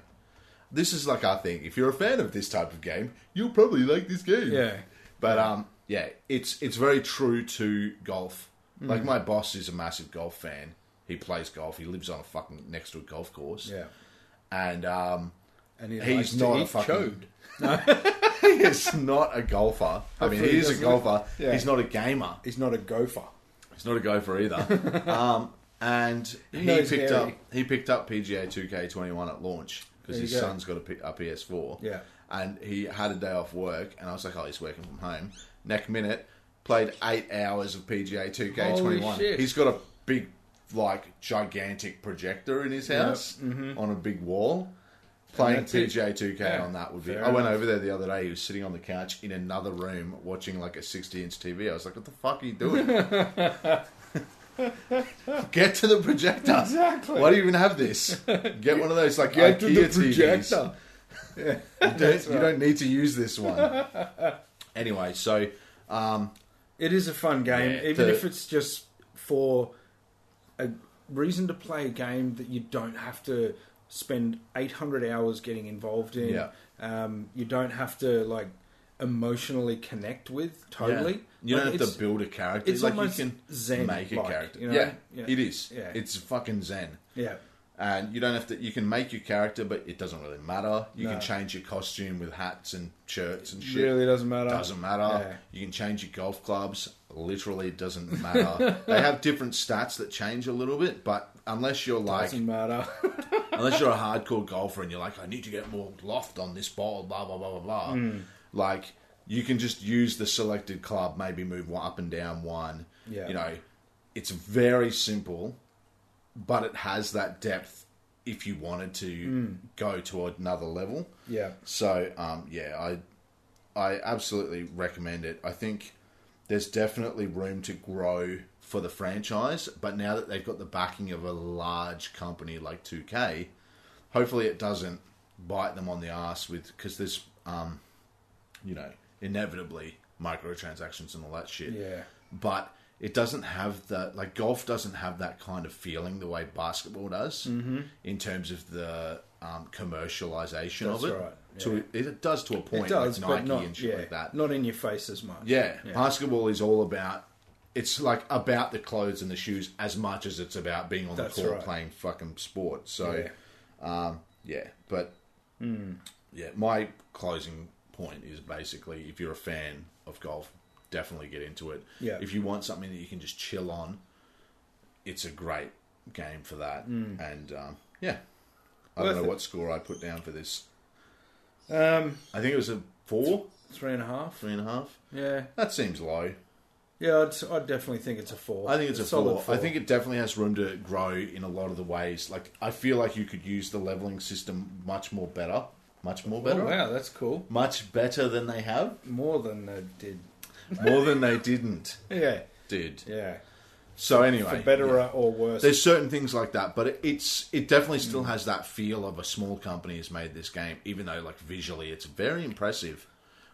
Speaker 4: this is like our thing. If you're a fan of this type of game, you'll probably like this game.
Speaker 3: Yeah.
Speaker 4: but um, yeah, it's it's very true to golf.
Speaker 3: Mm.
Speaker 4: Like my boss is a massive golf fan. He plays golf. He lives on a fucking next to a golf course.
Speaker 3: Yeah,
Speaker 4: and um,
Speaker 3: and he likes
Speaker 4: he's
Speaker 3: to
Speaker 4: not a
Speaker 3: eat
Speaker 4: fucking. [laughs]
Speaker 3: chode.
Speaker 4: is not a golfer. I mean,
Speaker 3: Hopefully
Speaker 4: he
Speaker 3: he
Speaker 4: is a
Speaker 3: doesn't.
Speaker 4: golfer.
Speaker 3: Yeah.
Speaker 4: He's not a gamer.
Speaker 3: He's not a gopher.
Speaker 4: He's not a gopher either. [laughs] um, and he
Speaker 3: No, he's
Speaker 4: picked
Speaker 3: hairy.
Speaker 4: up he picked up PGA 2K21 at launch because
Speaker 3: There
Speaker 4: his
Speaker 3: you go.
Speaker 4: son's got a, P- a PS4.
Speaker 3: Yeah.
Speaker 4: and he had a day off work, and I was like, oh, he's working from home. Next minute, played eight hours of PGA 2K21.
Speaker 3: Holy shit.
Speaker 4: He's got a big, like, gigantic projector in his house on a big wall. Playing
Speaker 3: Mm-hmm. that's it.
Speaker 4: PGA 2K
Speaker 3: Yeah.
Speaker 4: on that would be.
Speaker 3: Fair
Speaker 4: I went
Speaker 3: enough.
Speaker 4: over there the other day. He was sitting on the couch in another room watching like a 60 inch TV. I was like, "What the fuck are you
Speaker 3: [laughs]
Speaker 4: doing? Get to the projector.
Speaker 3: Exactly.
Speaker 4: Why do you even
Speaker 3: [laughs]
Speaker 4: have this? Get one of those like
Speaker 3: Get
Speaker 4: IKEA
Speaker 3: to the
Speaker 4: TVs.
Speaker 3: projector.
Speaker 4: You don't, you don't need to use
Speaker 3: [laughs]
Speaker 4: this one. anyway, so um,
Speaker 3: It is a fun game,
Speaker 4: Yeah,
Speaker 3: even
Speaker 4: the-
Speaker 3: if it's just for a reason to play a game that you don't have to spend 800 hours getting involved in.
Speaker 4: Yeah.
Speaker 3: Um, you don't have to like emotionally connect with totally.
Speaker 4: you
Speaker 3: Like,
Speaker 4: don't have
Speaker 3: it's-
Speaker 4: to build a character.
Speaker 3: it's
Speaker 4: like
Speaker 3: almost
Speaker 4: you can
Speaker 3: zen-like,
Speaker 4: make a character.
Speaker 3: you know?
Speaker 4: yeah,
Speaker 3: Yeah.
Speaker 4: it is.
Speaker 3: Yeah.
Speaker 4: It's fucking zen.
Speaker 3: Yeah.
Speaker 4: and you don't have to. You can make your character, but it doesn't really matter. You can
Speaker 3: No.
Speaker 4: change your costume with hats and shirts and shit.
Speaker 3: Really doesn't matter.
Speaker 4: doesn't matter.
Speaker 3: Yeah.
Speaker 4: You can change your golf clubs. Literally
Speaker 3: [laughs]
Speaker 4: doesn't matter. they have different stats that change a little bit, but unless you're like
Speaker 3: Doesn't matter. [laughs]
Speaker 4: unless you're a hardcore golfer and you're like, I need to get more loft on this ball, blah blah blah blah blah.
Speaker 3: Hmm.
Speaker 4: Like you can just use the selected club, maybe move one up and down one.
Speaker 3: Yeah.
Speaker 4: You know, it's very simple, but it has that depth if you wanted to
Speaker 3: Hmm.
Speaker 4: go to another level.
Speaker 3: yeah.
Speaker 4: So um, yeah, I I absolutely recommend it. I think there's definitely room to grow for the franchise, but now that they've got the backing of a large company like 2K, hopefully it doesn't bite them on the ass with because there's um, you know inevitably microtransactions and all that shit.
Speaker 3: Yeah.
Speaker 4: but. It doesn't have that like golf doesn't have that kind of feeling the way basketball does
Speaker 3: Mm-hmm.
Speaker 4: in terms of the um, commercialization
Speaker 3: That's
Speaker 4: of it.
Speaker 3: right,
Speaker 4: To
Speaker 3: yeah.
Speaker 4: it, it does to a point,
Speaker 3: It does,
Speaker 4: like
Speaker 3: but
Speaker 4: Nike
Speaker 3: not,
Speaker 4: and shit
Speaker 3: yeah,
Speaker 4: like that.
Speaker 3: not in your face as much.
Speaker 4: yeah, basketball is all about. It's like about the clothes and the shoes as much as it's about being on
Speaker 3: That's
Speaker 4: the court
Speaker 3: right.
Speaker 4: playing fucking sport. So, yeah,
Speaker 3: Yeah. Hmm.
Speaker 4: um, yeah but yeah, my closing point is basically if you're a fan of golf, definitely get into it.
Speaker 3: Yeah.
Speaker 4: If you want something that you can just chill on, it's a great game for that. And um, yeah, I
Speaker 3: Hmm. Worth
Speaker 4: don't know
Speaker 3: it.
Speaker 4: what score I put down for this.
Speaker 3: Um,
Speaker 4: I think it was a four,
Speaker 3: three and a half.
Speaker 4: three and a half.
Speaker 3: Yeah.
Speaker 4: That seems low.
Speaker 3: Yeah, I'd, I'd definitely think it's a four.
Speaker 4: I think it's a
Speaker 3: solid
Speaker 4: four. I think it definitely has room to grow in a lot of the ways. Like I feel like you could use the leveling system much more better, much more better,
Speaker 3: Oh, wow, that's cool.
Speaker 4: much better than they have,
Speaker 3: More than they did.
Speaker 4: more than they didn't.
Speaker 3: Yeah,
Speaker 4: Did
Speaker 3: yeah.
Speaker 4: so anyway.
Speaker 3: For better
Speaker 4: yeah.
Speaker 3: or worse.
Speaker 4: There's certain things like that, but it, it's it definitely still has that feel of a small company has made this game, even though like visually it's very impressive.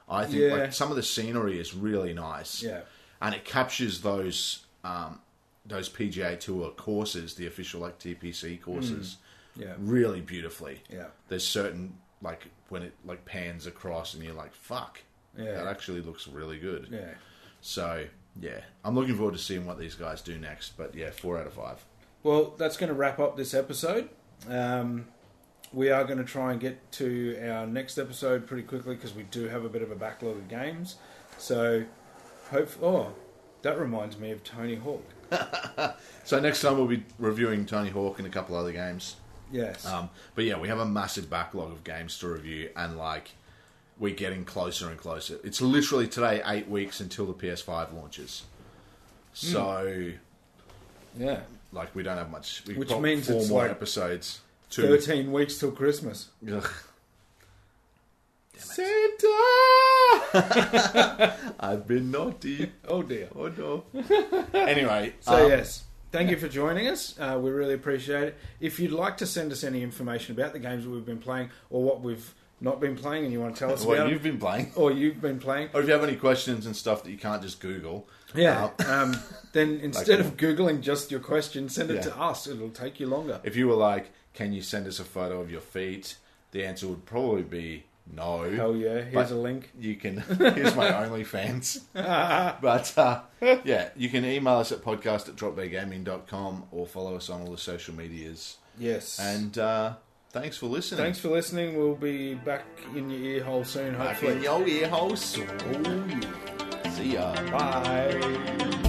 Speaker 4: I think
Speaker 3: Yeah.
Speaker 4: like some of the scenery is really nice.
Speaker 3: Yeah.
Speaker 4: and it captures those um, those PGA Tour courses, the official like TPC courses,
Speaker 3: yeah,
Speaker 4: really beautifully.
Speaker 3: yeah,
Speaker 4: There's certain like when it like pans across and you're like, fuck,
Speaker 3: Yeah.
Speaker 4: that actually looks really good.
Speaker 3: yeah.
Speaker 4: So yeah, I'm looking forward to seeing what these guys do next. But yeah, four out of five.
Speaker 3: Well, that's going to wrap up this episode. Um, we are going to try and get to our next episode pretty quickly because we do have a bit of a backlog of games. So, hope. Oh, that reminds me of Tony Hawk.
Speaker 4: So next time we'll be reviewing Tony Hawk and a couple other games.
Speaker 3: Yes.
Speaker 4: Um, but yeah, we have a massive backlog of games to review, and like we're getting closer and closer. It's literally today eight weeks until the PS5 launches.
Speaker 3: Hmm.
Speaker 4: So
Speaker 3: yeah.
Speaker 4: like we don't have much. We've
Speaker 3: Which
Speaker 4: got
Speaker 3: means
Speaker 4: four
Speaker 3: it's
Speaker 4: more
Speaker 3: like
Speaker 4: episodes. Two.
Speaker 3: Thirteen weeks till Christmas.
Speaker 4: [laughs] Ugh.
Speaker 3: Santa.
Speaker 4: I've been naughty.
Speaker 3: oh dear.
Speaker 4: Oh
Speaker 3: [laughs]
Speaker 4: no. anyway,
Speaker 3: So
Speaker 4: um,
Speaker 3: yes, thank you for joining us. Uh, we really appreciate it. If you'd like to send us any information about the games that we've been playing or what we've not been playing, and you want to tell us
Speaker 4: what
Speaker 3: about,
Speaker 4: you've been playing.
Speaker 3: or you've been playing,
Speaker 4: Or if you have any questions and stuff that you can't just Google,
Speaker 3: yeah,
Speaker 4: um,
Speaker 3: um,
Speaker 4: [laughs]
Speaker 3: then instead of googling just your question, send it
Speaker 4: Yeah.
Speaker 3: to us. It'll take you longer.
Speaker 4: If you were like, "Can you send us a photo of your feet?" the answer would probably be no.
Speaker 3: Hell yeah! Here's
Speaker 4: But
Speaker 3: a link.
Speaker 4: You can [laughs] here's
Speaker 3: [laughs]
Speaker 4: my OnlyFans. but uh, yeah, you can email us at podcast at dropbeargaming.com or follow us on all the social medias.
Speaker 3: Yes,
Speaker 4: And uh, Thanks for listening.
Speaker 3: Thanks for listening. We'll be back in your ear hole soon,
Speaker 4: Back
Speaker 3: hopefully.
Speaker 4: in your ear hole soon. See ya.
Speaker 3: Bye.